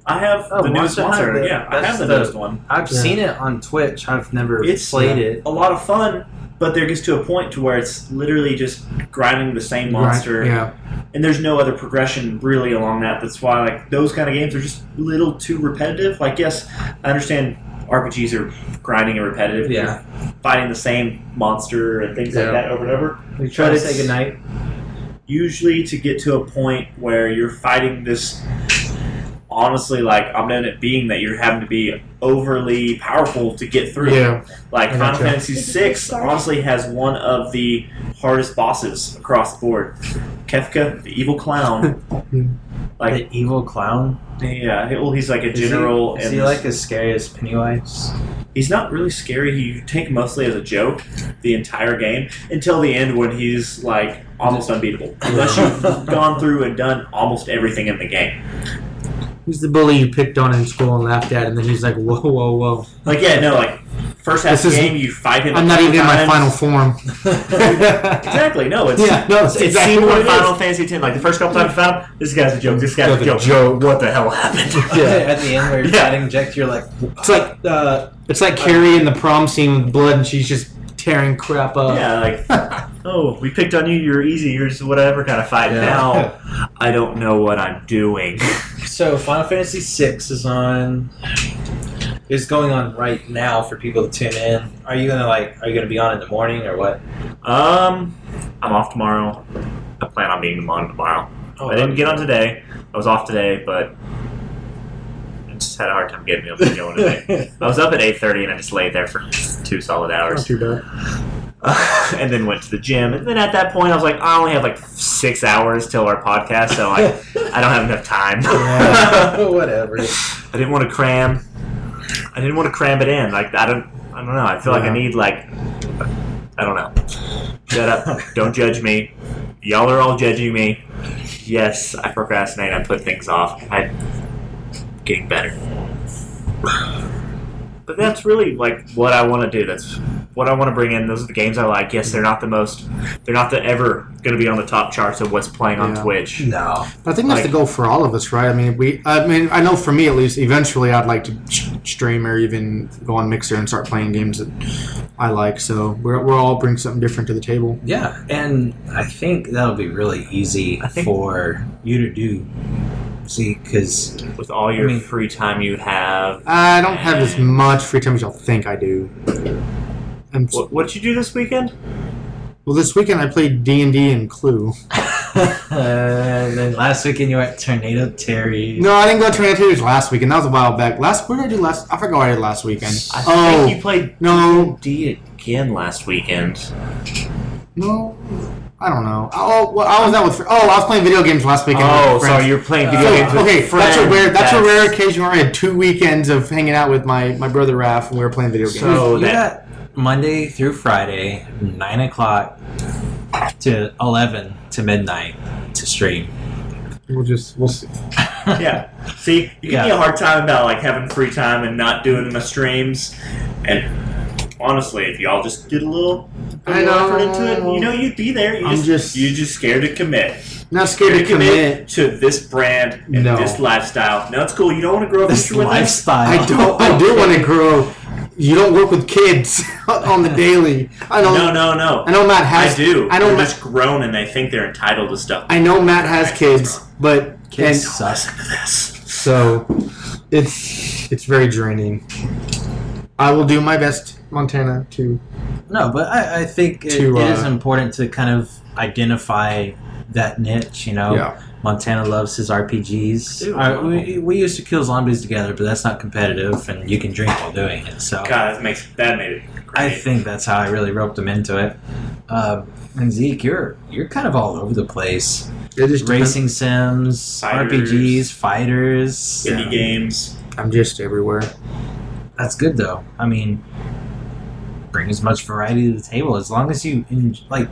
B: I have
A: Oh,
B: the newest
A: Monster
B: one.
A: Hunter,
B: Yeah, I
A: that's
B: have the
A: the-
B: newest one.
A: I've
C: Yeah.
A: seen it on Twitch. I've never
B: It's-
A: played it.
B: a lot of fun, but there gets to a point to where it's literally just grinding the same monster,
C: Right, yeah.
B: and there's no other progression really along that. That's why like those kind of games are just a little too repetitive. Like yes, I understand RPGs are grinding and repetitive.
A: Yeah.
B: You're fighting the same monster and things
C: Yeah.
B: like that over and over.
A: We try to
B: But
A: say
B: it's-
A: goodnight.
B: Usually to get to a point where you're fighting this. Honestly, like omnipotent being that you're having to be overly powerful to get through.
C: Yeah.
B: Like
C: I
B: Final
C: gotcha.
B: Fantasy VI, honestly, has one of the hardest bosses across the board. Kefka, the evil clown. like,
A: the evil clown.
B: yeah, well, he's like a
A: Is he-
B: general,
A: Is he,
B: and
A: like as scary as Pennywise?
B: he's not really scary. You take him mostly as a joke the entire game until the end when he's like almost unbeatable. Unless you've gone through and done almost everything in the game.
C: Who's the bully you picked on in school and laughed at, and then he's like, "Whoa, whoa, whoa!
B: Like, yeah, no, like first half
C: This
B: of the
C: is-
B: game you fight him. a
C: I'm not
B: couple
C: even in my
B: times.
C: final form."
B: Exactly. No, it's
C: yeah, no, that's
F: It's
C: exactly
F: scene
C: what
F: one
C: it
F: Final
C: is.
F: Fantasy X. Like the first couple times you found him, this guy's a joke. This guy's
C: Guy's
F: a
C: a
F: joke.
C: joke.
F: What the hell happened?
C: Yeah.
A: At the end where you're
F: Yeah.
A: fighting Jack, you're like,
C: It's like
A: uh,
C: it's like Carrie in the prom scene with blood, and she's just tearing crap up.
B: yeah, like
F: Oh, we picked on you. You're easy. You're just whatever kind of fight.
C: Yeah.
F: Now I don't know what I'm doing.
A: so Final Fantasy VI is on. Is going on right now for people to tune in. Are you gonna like? Are you gonna be on in the morning or what?
F: Um, I'm off tomorrow. I plan on being on tomorrow.
A: Oh,
F: I didn't get on today. I was off today, but I just had a hard time getting up and going today. I was up at 8:30 and I just laid there for two solid
C: Not
F: hours,
C: too bad.
F: and then went to the gym. And then at that point, I was like, I only have like six hours till our podcast, so I I don't have enough time.
A: Yeah, whatever.
F: I didn't want to cram. I didn't want to cram it in. Like I don't. I don't know. I feel like I
C: Yeah.
F: need like. I don't know. Shut up! don't judge me. Y'all are all judging me. Yes, I procrastinate. I put things off. I'm getting better. But that's really like what I want to do. That's what I want to bring in. Those are the games I like. Yes, they're not the most. They're not the ever going to be on the top charts of what's playing on
C: Yeah.
F: Twitch.
A: No.
C: I think that's
F: Like-
C: the goal for all of us, right? I mean, we. I mean, I know for me at least, eventually, I'd like to s- stream or even go on Mixer and start playing games that I like. So we're we're all bring something different to the table.
A: Yeah, and I think that'll be really easy
F: I think-
A: for you to do. See, because
F: With all your
A: I mean-
F: free time you have,
C: I don't have as much free time as y'all think I do. I'm s-
F: What what'd you do this weekend?
C: well, this weekend I played D and D and Clue.
A: and then last weekend you were at Tornado Terry.
C: No, I didn't go to Tornado Tattoos last weekend. That was a while back. Last what did I do last? I forgot what I did last weekend.
F: I
C: oh
F: think you played
C: no,
F: D again last weekend.
C: no, I don't know. Oh, well, I was out with. fr- Oh, I was playing video games last weekend.
F: Oh,
C: with friends.
F: sorry, you're playing video
A: Uh,
F: games
C: So,
F: with
C: okay,
F: friends.
C: that's a rare that's, a rare occasion where I had two weekends of hanging out with my, my brother Raph and we were playing video games.
F: So
A: you
F: that-
A: got Monday through Friday, nine o'clock to eleven to midnight to stream.
C: we'll just we'll see.
B: yeah. See, you give me
A: Yeah.
B: a hard time about like having free time and not doing my streams. And honestly, if y'all just did a little, put a
C: I
B: little
C: know.
B: effort into it, you know, you'd be there. You
C: I'm
B: just,
C: just-
B: you just scared to commit.
C: Not scared to commit.
B: to this brand and
C: No.
B: this lifestyle. No, it's cool. You don't want to grow up
A: This
B: with us.
A: lifestyle.
C: I don't I do want to grow. You don't work with kids on the daily. I know
B: No, no, no.
C: I know Matt
B: I,
C: has
B: do.
C: I know
B: They're
C: Matt,
B: just grown and they think they're entitled to stuff.
C: I know Matt has kids, but
A: Kids
C: and
A: suck.
C: so it's it's very draining. I will do my best, Montana, to
A: No, but I, I think it,
C: To,
A: it is
C: uh,
A: important to kind of identify that niche. You know,
C: Yeah.
A: Montana loves his RPGs.
F: Ew.
A: Uh, we, we used to kill zombies together, but that's not competitive, and you can drink while doing it. So
B: God, that makes that made it. Great.
A: Oh. I think that's how I really roped him into it. Uh, and Zeke, you're you're kind of all over the place.
C: it just depends-
A: Racing sims,
B: Fighters.
A: RPGs, fighters.
B: indie
C: Yeah.
B: games.
C: I'm just everywhere.
A: That's good though. I mean, bring as much variety to the table as long as you en- like.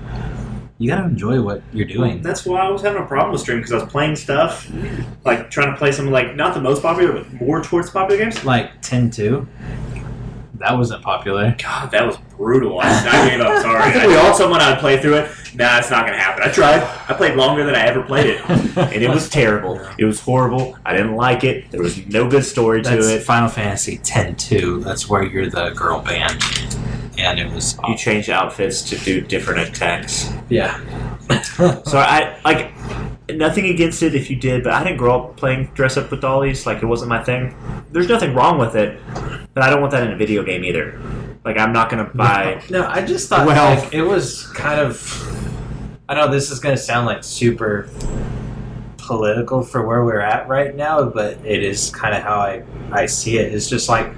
A: You gotta enjoy what you're doing.
B: That's why I was having a problem with streaming because I was playing stuff, like trying to play some like not the most popular, but more towards popular games.
A: like 10 2. That wasn't popular.
B: God, that was brutal. I, I gave up. Sorry.
C: I
B: I,
C: think we all-
B: told someone I'd play through it. Nah, it's not gonna happen. I tried. I played longer than I ever played it.
F: and it was terrible. It was horrible. I didn't like it. There was no good story to
A: That's
F: it.
A: Final Fantasy 10 2. That's where you're the girl band.
G: and it was
F: You change outfits to do different attacks.
A: Yeah.
F: So I like nothing against it if you did, but I didn't grow up playing dress up with dollies. Like it wasn't my thing. There's nothing wrong with it, but I don't want that in a video game either. Like I'm not gonna buy.
A: No, I just thought
C: Well-
A: like, it was kind of. I know this is going to sound like super political for where we're at right now, but it is kind of how I, I see it. It's just like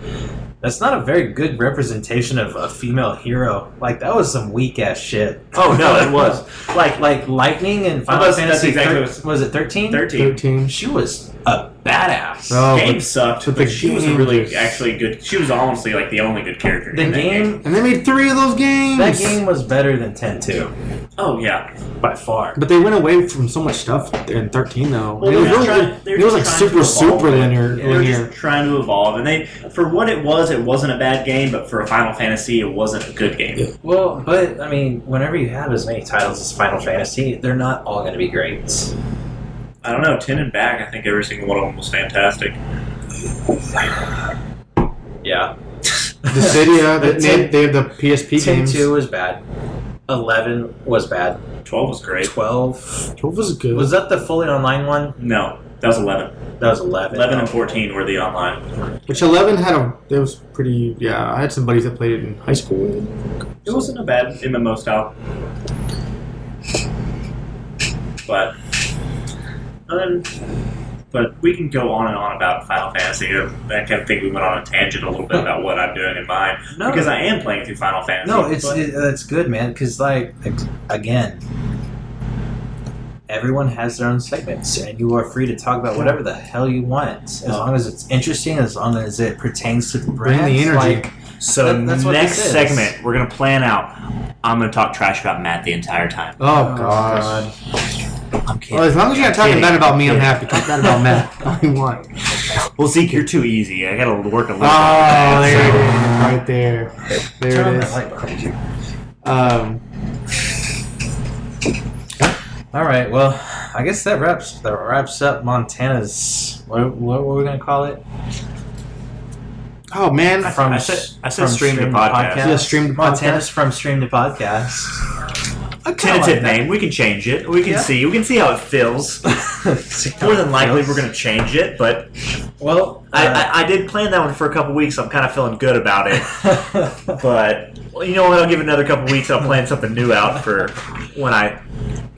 A: that's not a very good representation of a female hero. Like that was some weak ass shit.
F: Oh no, it was
A: Like like lightning and Final
B: Unless that's
A: Fantasy.
B: exactly
A: thir-
B: what's-
A: was it thirteen?
B: 13.
C: 13.
A: She was a badass.
C: Oh,
B: game
C: but-
B: sucked,
C: but
B: but,
C: the
B: she was
C: game
B: really
C: was-
B: actually good. She was honestly like the only good character.
A: the
B: in that game.
A: game
C: and they made three of those games.
A: that game was better than ten two
B: Oh yeah.
A: by far.
C: But they went away from so much stuff in 13, though.
B: Well,
C: it was,
B: they're
C: really,
B: trying- they're
C: it was like
B: just trying
C: super,
B: to evolve
C: super
B: it.
C: linear.
B: They were
C: linear.
B: just trying to evolve, and they, for what it was, it wasn't a bad game, but for a Final Fantasy, it wasn't a good game.
A: Well, but I mean, whenever you have as many titles as Final Fantasy, they're not all going to be greats.
B: I don't know, ten and back. I think every single one of them was fantastic.
A: Yeah,
C: The Cydia,
A: The
C: they,
A: ten-
C: they have the PSP
A: ten
C: games.
A: two was bad. Eleven was bad.
B: Twelve was great.
A: Twelve
C: 12 was good.
A: was that the fully online one?
B: No, that was eleven.
A: That was eleven.
B: Eleven and fourteen were the online.
C: Which 11 had a. That was pretty. Yeah, I had some buddies that played it in high school.
B: It wasn't a bad MMO style, but other than, but we can go on and on about Final Fantasy. I kind of think we went on a tangent a little bit about what I'm doing in mine
A: No,
B: because I am playing through Final Fantasy.
A: no, it's
B: but-
A: it, it's good, man. Because like ex- again, everyone has their own segments, and you are free to talk about whatever the hell you want, as
B: Oh.
A: long as it's interesting, as long as it pertains to the
C: Bring
A: brand.
C: the energy.
A: Like,
F: so.
A: That- that's what
F: next
A: this is.
F: segment, we're gonna plan out. I'm gonna talk trash about Matt the entire time.
C: Oh, gosh.
F: I'm
C: Well,
F: kidding.
C: as long as you're not talking
F: Kidding.
C: bad about me, I'm
F: Kidding.
C: happy. Talk bad about Matt. All you want.
F: Well, Zeke, you're too easy. I gotta work a
A: Uh,
F: little.
C: Oh, there it is. Right there.
A: turn
C: There
A: on
C: it
A: that
C: is.
A: light behind you.
C: Um,
A: All right. Well, I guess that wraps that wraps up Montana's. What, what were we gonna call it?
C: oh, man.
F: I-
A: From
F: I said-
A: s-
F: I said stream to podcast.
C: Yeah, stream to
A: Montana's from stream to podcast. I kinda
F: Tentative
A: like
F: name. We can change it. We can
A: Yeah.
F: see. We can see how it feels.
A: that. See how
F: More
A: it
F: than likely,
A: feels.
F: we're gonna change it, but
A: Well, uh,
F: I, I, I did plan that one for a couple weeks. I'm kind of feeling good about it,
A: uh,
F: but well, you know what? I'll give it another couple weeks. I'll plan something new out for when I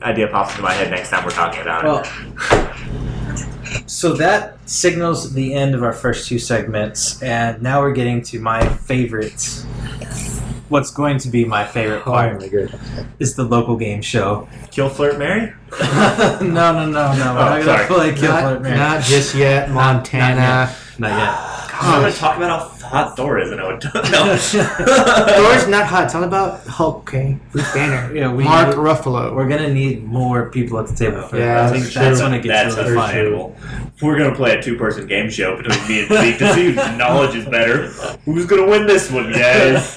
F: idea pops into my head next time we're talking about it.
A: well. So that signals the end of our first two segments, and now we're getting to my favorite. What's going to be my favorite part
C: Oh.
A: is the local game show.
F: Kill flirt Mary.
A: no, no, no, no. We're not
F: sorry.
A: gonna play Kill
C: Not,
A: Flirt Mary.
C: not just yet, Montana.
A: not yet.
B: I'm going
C: Gosh.
B: to talk about how hot Thor is. I know it does.
C: Thor's not hot. It's all about Hulk, okay? Bruce Banner.
A: Yeah, we-
C: Mark Ruffalo.
A: We're gonna need more people at the table for
C: Yeah,
A: that. I think
C: that's
A: that's
C: true.
A: when it gets
B: That's
A: really fun.
B: understandable. If we're going to play a two person game show between me and Zeke to see whose knowledge is better, who's going to win this one, guys?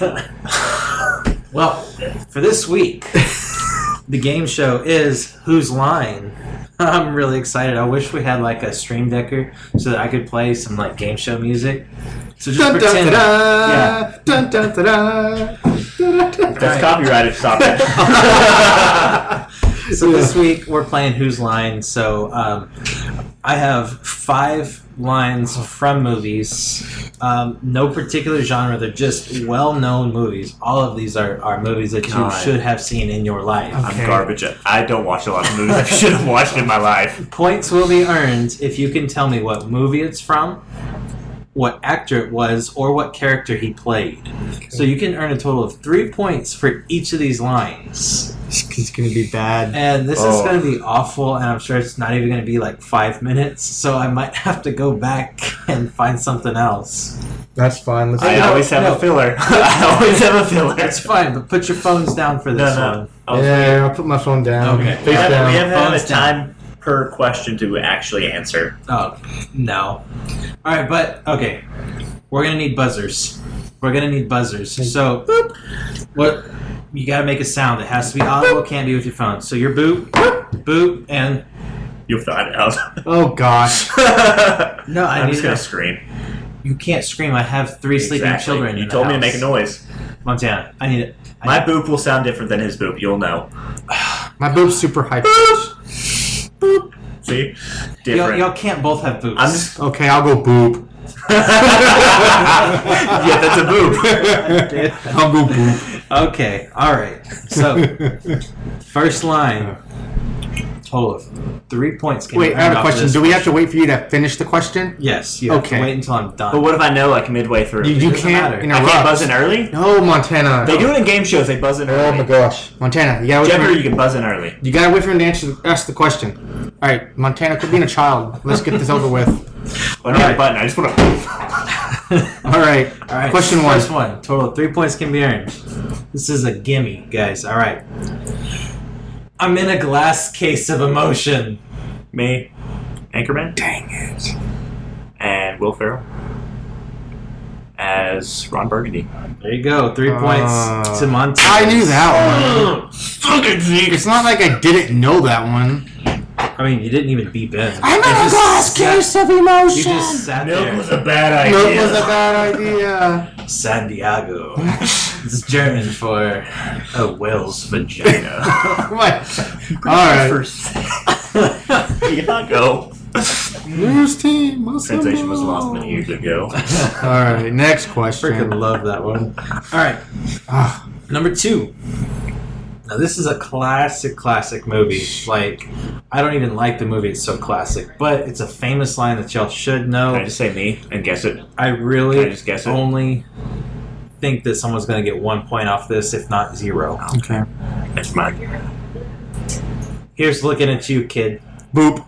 A: Well, for this week, the game show is Who's Line. I'm really excited. I wish we had like a stream decker so that I could play some like game show music. So just
C: Dun dun
A: pretend.
C: da da. Dun dun da da.
B: That's
A: Right.
B: copyrighted stoppage.
A: So this week we're playing Who's Line. So um, I have five lines from movies, um, no particular genre. They're just well-known movies. All of these are, are movies that
F: God.
A: you should have seen in your life.
C: Okay.
F: I'm garbage. at- I don't watch a lot of movies. I should have watched in my life.
A: Points will be earned if you can tell me what movie it's from, what actor it was, or what character he played. So you can earn a total of three points for each of these lines.
C: It's gonna be bad.
A: And this is
F: Oh.
A: going to be awful, and I'm sure it's not even going to be like five minutes, so I might have to go back and find something else.
C: That's fine. Let's
F: I
A: No,
F: always have
A: no.
F: a filler. I always have a filler.
A: That's fine, but put your phones down for this
F: No, no.
A: one.
F: Oh,
C: yeah, I'll put my phone down.
A: Okay.
B: we
C: Face
B: have,
C: down.
B: we have had a
A: Phones down.
B: time per question to actually answer.
A: Oh, no. All right, but okay. We're going to need buzzers. We're going to need buzzers. So, what? You got to make a sound. It has to be audible, can't be with your phone. So, your boop, boop, and.
B: You'll find out.
C: oh gosh.
A: No, I
B: I'm
A: need
B: just going
A: to.
B: to scream.
A: You can't scream. I have three sleeping
B: Exactly.
A: children.
B: You
A: in the
B: told me to
A: house.
B: make a noise.
A: Montana. I need it. I
B: My boop will sound different than his boop. You'll know.
C: My boob's super high pitched.
B: See,
A: y'all,
B: different.
A: y'all can't both have boobs.
B: I'm just.
C: Okay, I'll go boob.
B: yeah, that's a boop.
C: I'll go boob.
A: okay. All right. So first line. Total of three points. Came
C: wait, I have a
A: off
C: question.
A: this.
C: Do we have to wait for you to finish the question?
A: Yes. You have
C: Okay.
A: to wait until I'm done.
B: But what if I know like midway through?
C: You,
A: It
C: you
A: doesn't
C: can't
A: matter.
B: I
C: interrupt.
B: can't buzz in early.
C: No, Montana.
B: They do it in game shows. They buzz in
C: Oh my
B: early.
C: gosh, Montana! You gotta wait
B: Jeopardy,
C: for
B: you can buzz in early.
C: you gotta wait for him to answer ask the question. All right, Montana, quit being a child. Let's get this over with.
B: Well, not
A: Alright.
B: a button. I just want to.
C: All right.
A: All right.
C: Question one.
A: First one. Total of three points can be earned. This is a gimme, guys. All right. I'm in a glass case of emotion.
B: Me, Anchorman. Dang it. And Will Ferrell as Ron Burgundy.
A: There you go. Three
C: Uh,
A: points to Montana.
C: I knew that one.
B: Fucking
C: It's not like I didn't know that one.
A: I mean, you didn't even beat Ben.
C: I'm
A: You
C: in a
A: just
C: glass
A: sat-
C: case of emotion.
A: You just sat there.
B: a bad
C: no, it was a bad idea.
A: Santiago. it's German for a whale's vagina.
C: What? All right.
B: Iago.
C: News team. assemble.
B: Translation was lost many years ago.
C: All right. Next question.
A: Freaking love that one. All right,
C: Ah,
A: number two. Now this is a classic, classic movie. Like, I don't even like the movie; it's so classic. But it's a famous line that y'all should
B: Can I
A: know.
B: just say me and guess it?
A: I
B: Can I
A: really
B: just guess it?
A: only think that someone's going to get one point off this, if not zero.
C: okay.
B: That's mine.
A: Here's looking at you, kid.
C: Boop.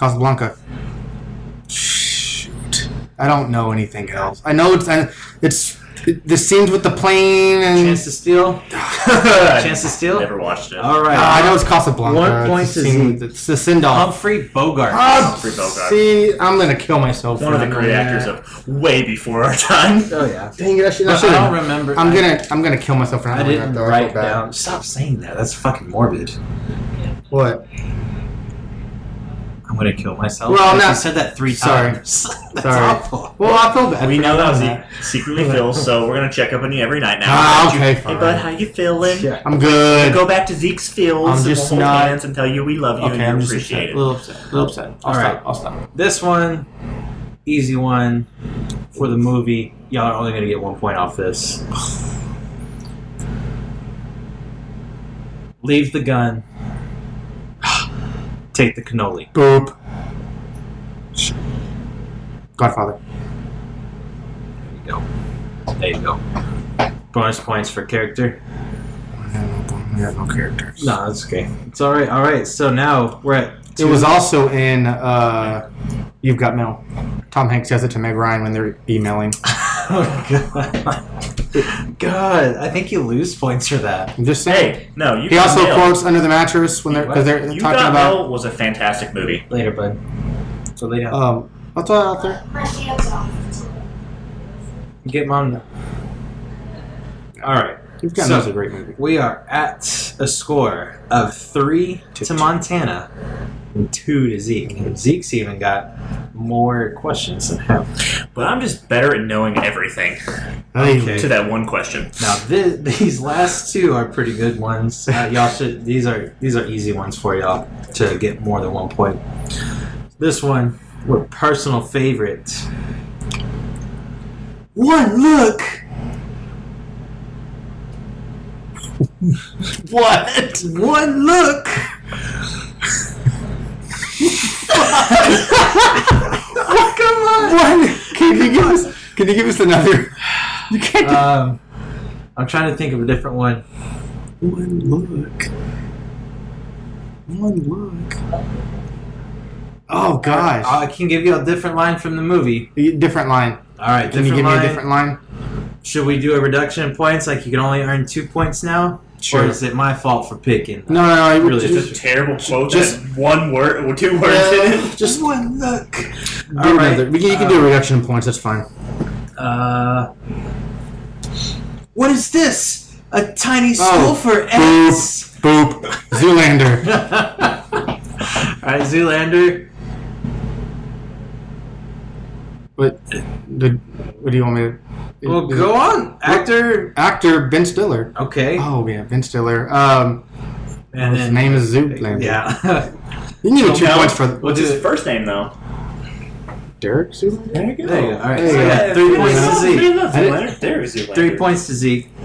C: Casablanca. Shoot. I don't know anything else. I know it's I, it's it, the scenes with the plane and
A: Chance to steal. Chance to steal.
B: Never Ah, watched it.
A: All right.
C: Uh, I know it's Casablanca.
A: One
C: It's
A: point
C: the
A: to
C: scene-
A: Z.
C: It's the send off.
A: Humphrey Bogart.
B: Humphrey Bogart.
C: See, I'm gonna kill myself.
B: One
C: for
B: of the
C: not
B: great
C: knowing
B: actors
C: that.
B: of way before our time.
A: Oh yeah.
C: Dang it! I should. I,
A: But I
C: should
A: don't remember.
C: I'm
A: I-
C: gonna. I'm gonna kill myself for not
A: I
C: knowing
A: didn't
C: that. though. I
A: write
C: felt bad.
A: down. Stop saying that. That's fucking morbid.
C: What?
A: I'm gonna kill myself.
C: Well,
A: Like,
C: no.
A: you said that three
C: Sorry.
A: times. That's
C: Sorry.
A: awful.
C: Well, I feel bad.
B: We
C: for
B: know that was
C: knowing
B: he secretly Phil, so we're gonna check up on you every night now.
C: Ah,
B: How about you-
C: okay,
B: Hey,
C: fine.
B: bud, how you feeling?
A: Yeah.
C: I'm good.
B: Go back to Zeke's Fields
C: I'm
B: and
C: just
B: we'll hold
C: not-
B: hands and tell you we love you
C: Okay,
B: and
C: I'm
B: you
C: just
B: appreciate it.
C: upset. A little upset. A little upset. I'll
A: All
C: stop.
A: right.
C: I'll stop.
A: This one, easy one for the movie. Y'all are only gonna get one point off this. Leave the gun. Take the cannoli.
C: Boop. Godfather.
A: There you go. There you go. Bonus points for character.
C: We have no characters.
A: No, that's okay. It's all right. All right. So now we're at.
C: It was also in uh, You've Got Mail. Tom Hanks says it to Meg Ryan when they're emailing.
A: Oh god. God, I think you lose points for that.
C: I'm just saying.
B: Hey, no, you
C: he
B: got
C: also
B: mail.
C: quotes Under the Mattress when they're because they're
B: You
C: talking
B: got
C: about.
B: mail was a fantastic movie.
A: Later, bud. So later. Uh,
C: Um, I'll throw it out there.
G: My hands off.
A: Get mom. All right.
C: You've
A: So-
C: Got Mail is a great movie.
A: We are at a score of three
C: Two.
A: to Montana and two to Zeke. And Zeke's even got more questions than him.
B: But I'm just better at knowing everything
A: Okay.
B: to that one question.
A: Now thi- these last two are pretty good ones. Uh, y'all should these are these are easy ones for y'all to get more than one point. This one, what personal favorite? One look.
B: What?
A: One look.
C: Come on! Can you give us? Can you give us another? You can't. do-
A: Um, I'm trying to think of a different one.
C: one look. One look. Oh gosh!
A: Uh, I can give you a different line from the movie.
C: uh, different line.
A: All right,
C: Can
A: different
C: you give
A: line.
C: me a different line?
A: Should we do a reduction in points? Like you can only earn two points now, or is it my fault for picking?
C: No, no, no. I
A: Really,
C: just,
A: just-
B: Just a terrible quote.
C: Just-
B: Just one word, or two words in it.
C: just do
A: one look. All right.
C: another. We can, you can do a reduction in points. That's fine.
A: Uh, what is this? A tiny
C: Oh,
A: school for
C: boop.
A: ants.
C: Boop. Zoolander.
A: All right, Zoolander.
C: What? The, what do you want me to?
A: Well, go on, actor.
C: Actor Ben Stiller.
A: Okay,
C: Oh yeah, Ben Stiller. Um,
A: and
C: his
A: then
C: name is Zootlander.
A: yeah,
C: you can give me two
B: Now,
C: points for
B: What's his first name though?
C: Derek Zootlander.
B: There you go.
A: there you go. All right,
C: There
A: so
C: you
A: I
C: go.
A: got three points to
B: There
A: Zeke.
B: you go,
C: I didn't-
B: Zoolander. There is Zoolander.
A: Three points to Zeke.
B: I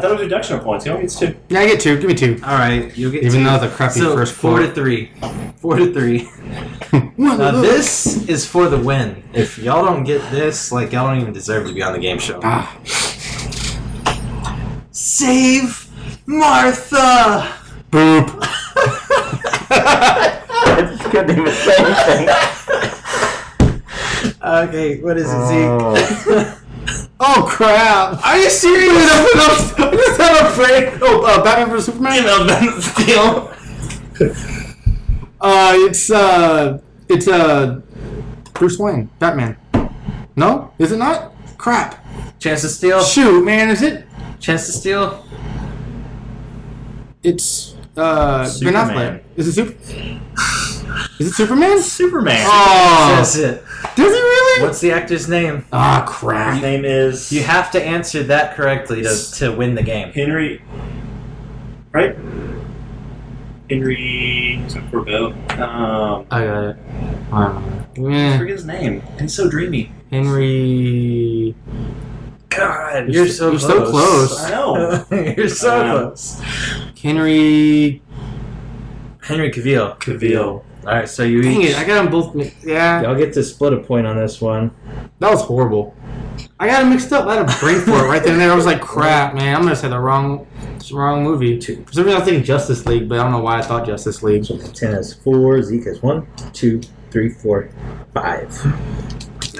B: thought it was reduction of points. You only get two.
C: Yeah, I get two. Give me two.
A: All right, you'll get
C: Even
A: two.
C: though the crappy
A: so
C: first
A: four
C: four.
A: to three, four to three.
C: One
A: Now
C: look.
A: this is for the win. If y'all don't get this, like y'all don't even deserve to be on the game show.
C: Ah,
A: Save Martha.
C: boop.
G: It's good to do the same thing.
A: Okay, what is it, Zeke?
C: Oh crap!
A: Are you serious?
C: I'm just having a break. Oh, uh, Batman vs Superman. Uh, it's uh, it's uh, Bruce Wayne, Batman. No, is it not? Crap!
A: Chance to steal.
C: Shoot, man, is it?
A: Chance to steal.
C: It's uh, Ben
B: Superman.
C: Affleck. Is it super? Is it Superman?
B: Superman.
C: Oh,
A: That's it.
C: does he really?
A: What's the actor's name?
C: Ah,
B: His
C: crap!
B: name is
A: You have to answer that correctly to, to win the game.
B: Henry. Right? Henry it's not Corbell. Um
C: I got it. Um, yeah,
B: forget his name. It's so dreamy.
C: Henry.
A: God,
C: You're
A: you're,
C: so-
A: so
C: you're so
A: close.
B: I know.
A: you're so
B: I know.
A: close.
C: Henry.
A: Henry Cavill.
B: Cavill.
A: All right, so you
C: Dang
A: each
C: it! I got them both. mi- Yeah,
A: y'all get to split a point on this one.
C: that was horrible. I got it mixed up. I had a brain for it right then and there. I was like, "Crap, man! I'm gonna say the wrong, wrong movie."
A: Two.
C: For some reason, I was thinking Justice League, but I don't know why I thought Justice League.
A: Ten is four. Zeke is one, two, three, four, five.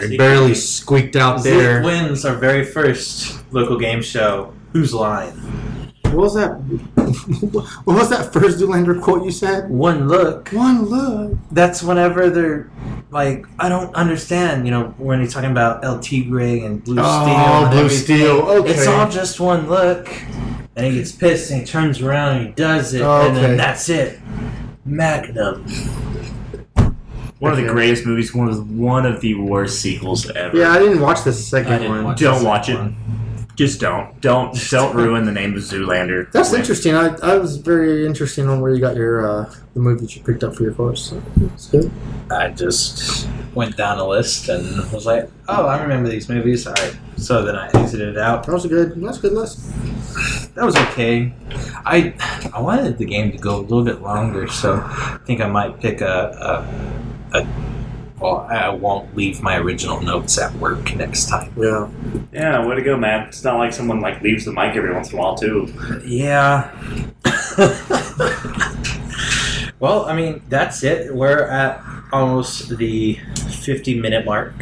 C: I barely squeaked out
A: Zeke
C: there.
A: wins our very first local game show. Who's lying?
C: What was that? what was that first Zoolander quote you said?
A: One look.
C: One look.
A: that's whenever they're like, I don't understand, you know, when you're talking about LT Grey and Blue
C: Oh,
A: Steel. and
C: Blue
A: everything.
C: Steel, okay.
A: It's all just one look. And he gets pissed and he turns around and he does it. And
C: Okay.
A: then that's it. Magnum.
F: One of the
C: Okay.
F: greatest movies, one of one of the worst sequels ever.
C: Yeah, I didn't watch the second
A: I didn't
C: one.
A: watch
F: Don't
A: the
F: watch it.
A: second one.
F: Just don't, don't, don't ruin the name of Zoolander.
C: That's
F: With-
C: interesting. I, I was very interesting on where you got your uh, the movie that you picked up for your course. So, it's good.
A: I just went down a list and was like, oh, I remember these movies. All right. So then I exited it out.
C: That was a good. That's a good list.
A: That was okay. I I wanted the game to go a little bit longer, so I think I might pick a. a, a well, I won't leave my original notes at work next time.
C: Yeah.
B: Yeah, way to go, man. It's not like someone like leaves the mic every once in a while too.
A: Yeah. well, I mean, that's it. We're at almost the 50 minute mark.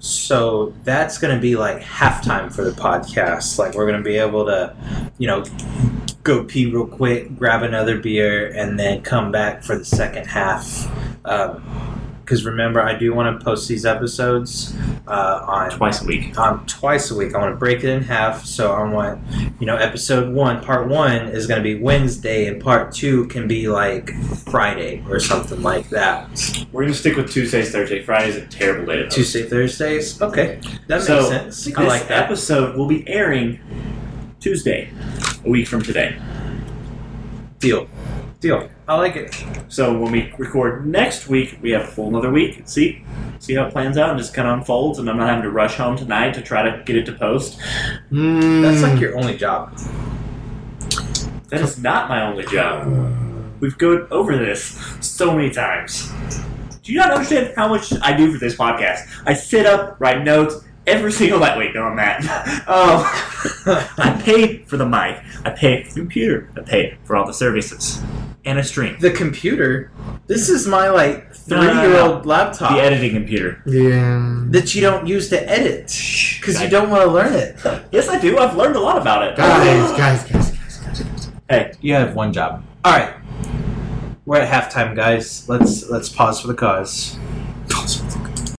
A: So that's going to be like halftime for the podcast. Like, we're going to be able to, you know, go pee real quick, grab another beer, and then come back for the second half. Because remember, I do want to post these episodes uh, on
F: twice a week.
A: um, twice a week. I want to break it in half. So I want, you know, episode one, part one is going to be Wednesday, and part two can be like Friday or something like that.
B: We're gonna stick with Tuesdays, Thursday, Friday's a terrible day to post.
A: Tuesday, Thursdays. Okay, that makes
B: So,
A: sense. I
B: this
A: like that.
B: episode will be airing Tuesday, a week from today.
A: Deal, deal. I like it.
B: So when we record next week, we have a full another week. See, see how it plans out and just kind of unfolds. And I'm not having to rush home tonight to try to get it to post.
A: That's
B: Mm.
A: like your only job.
B: That is not my only job. We've gone over this so many times. Do you not understand how much I do for this podcast? I sit up, write notes every single night. Wait, no, I'm not. Oh, I pay for the mic. I pay for the computer. I pay for all the services and a stream.
A: The computer. This is my like
B: No, no, no, no.
A: three-year-old
B: The
A: laptop
B: editing computer.
C: Yeah.
A: that you don't use to edit because you don't want to learn it.
B: Yes, I do. I've learned a lot about it.
C: Guys, guys, guys, guys.
B: Hey,
A: You have one job. All right. We're at halftime, guys. Let's let's pause for the cause.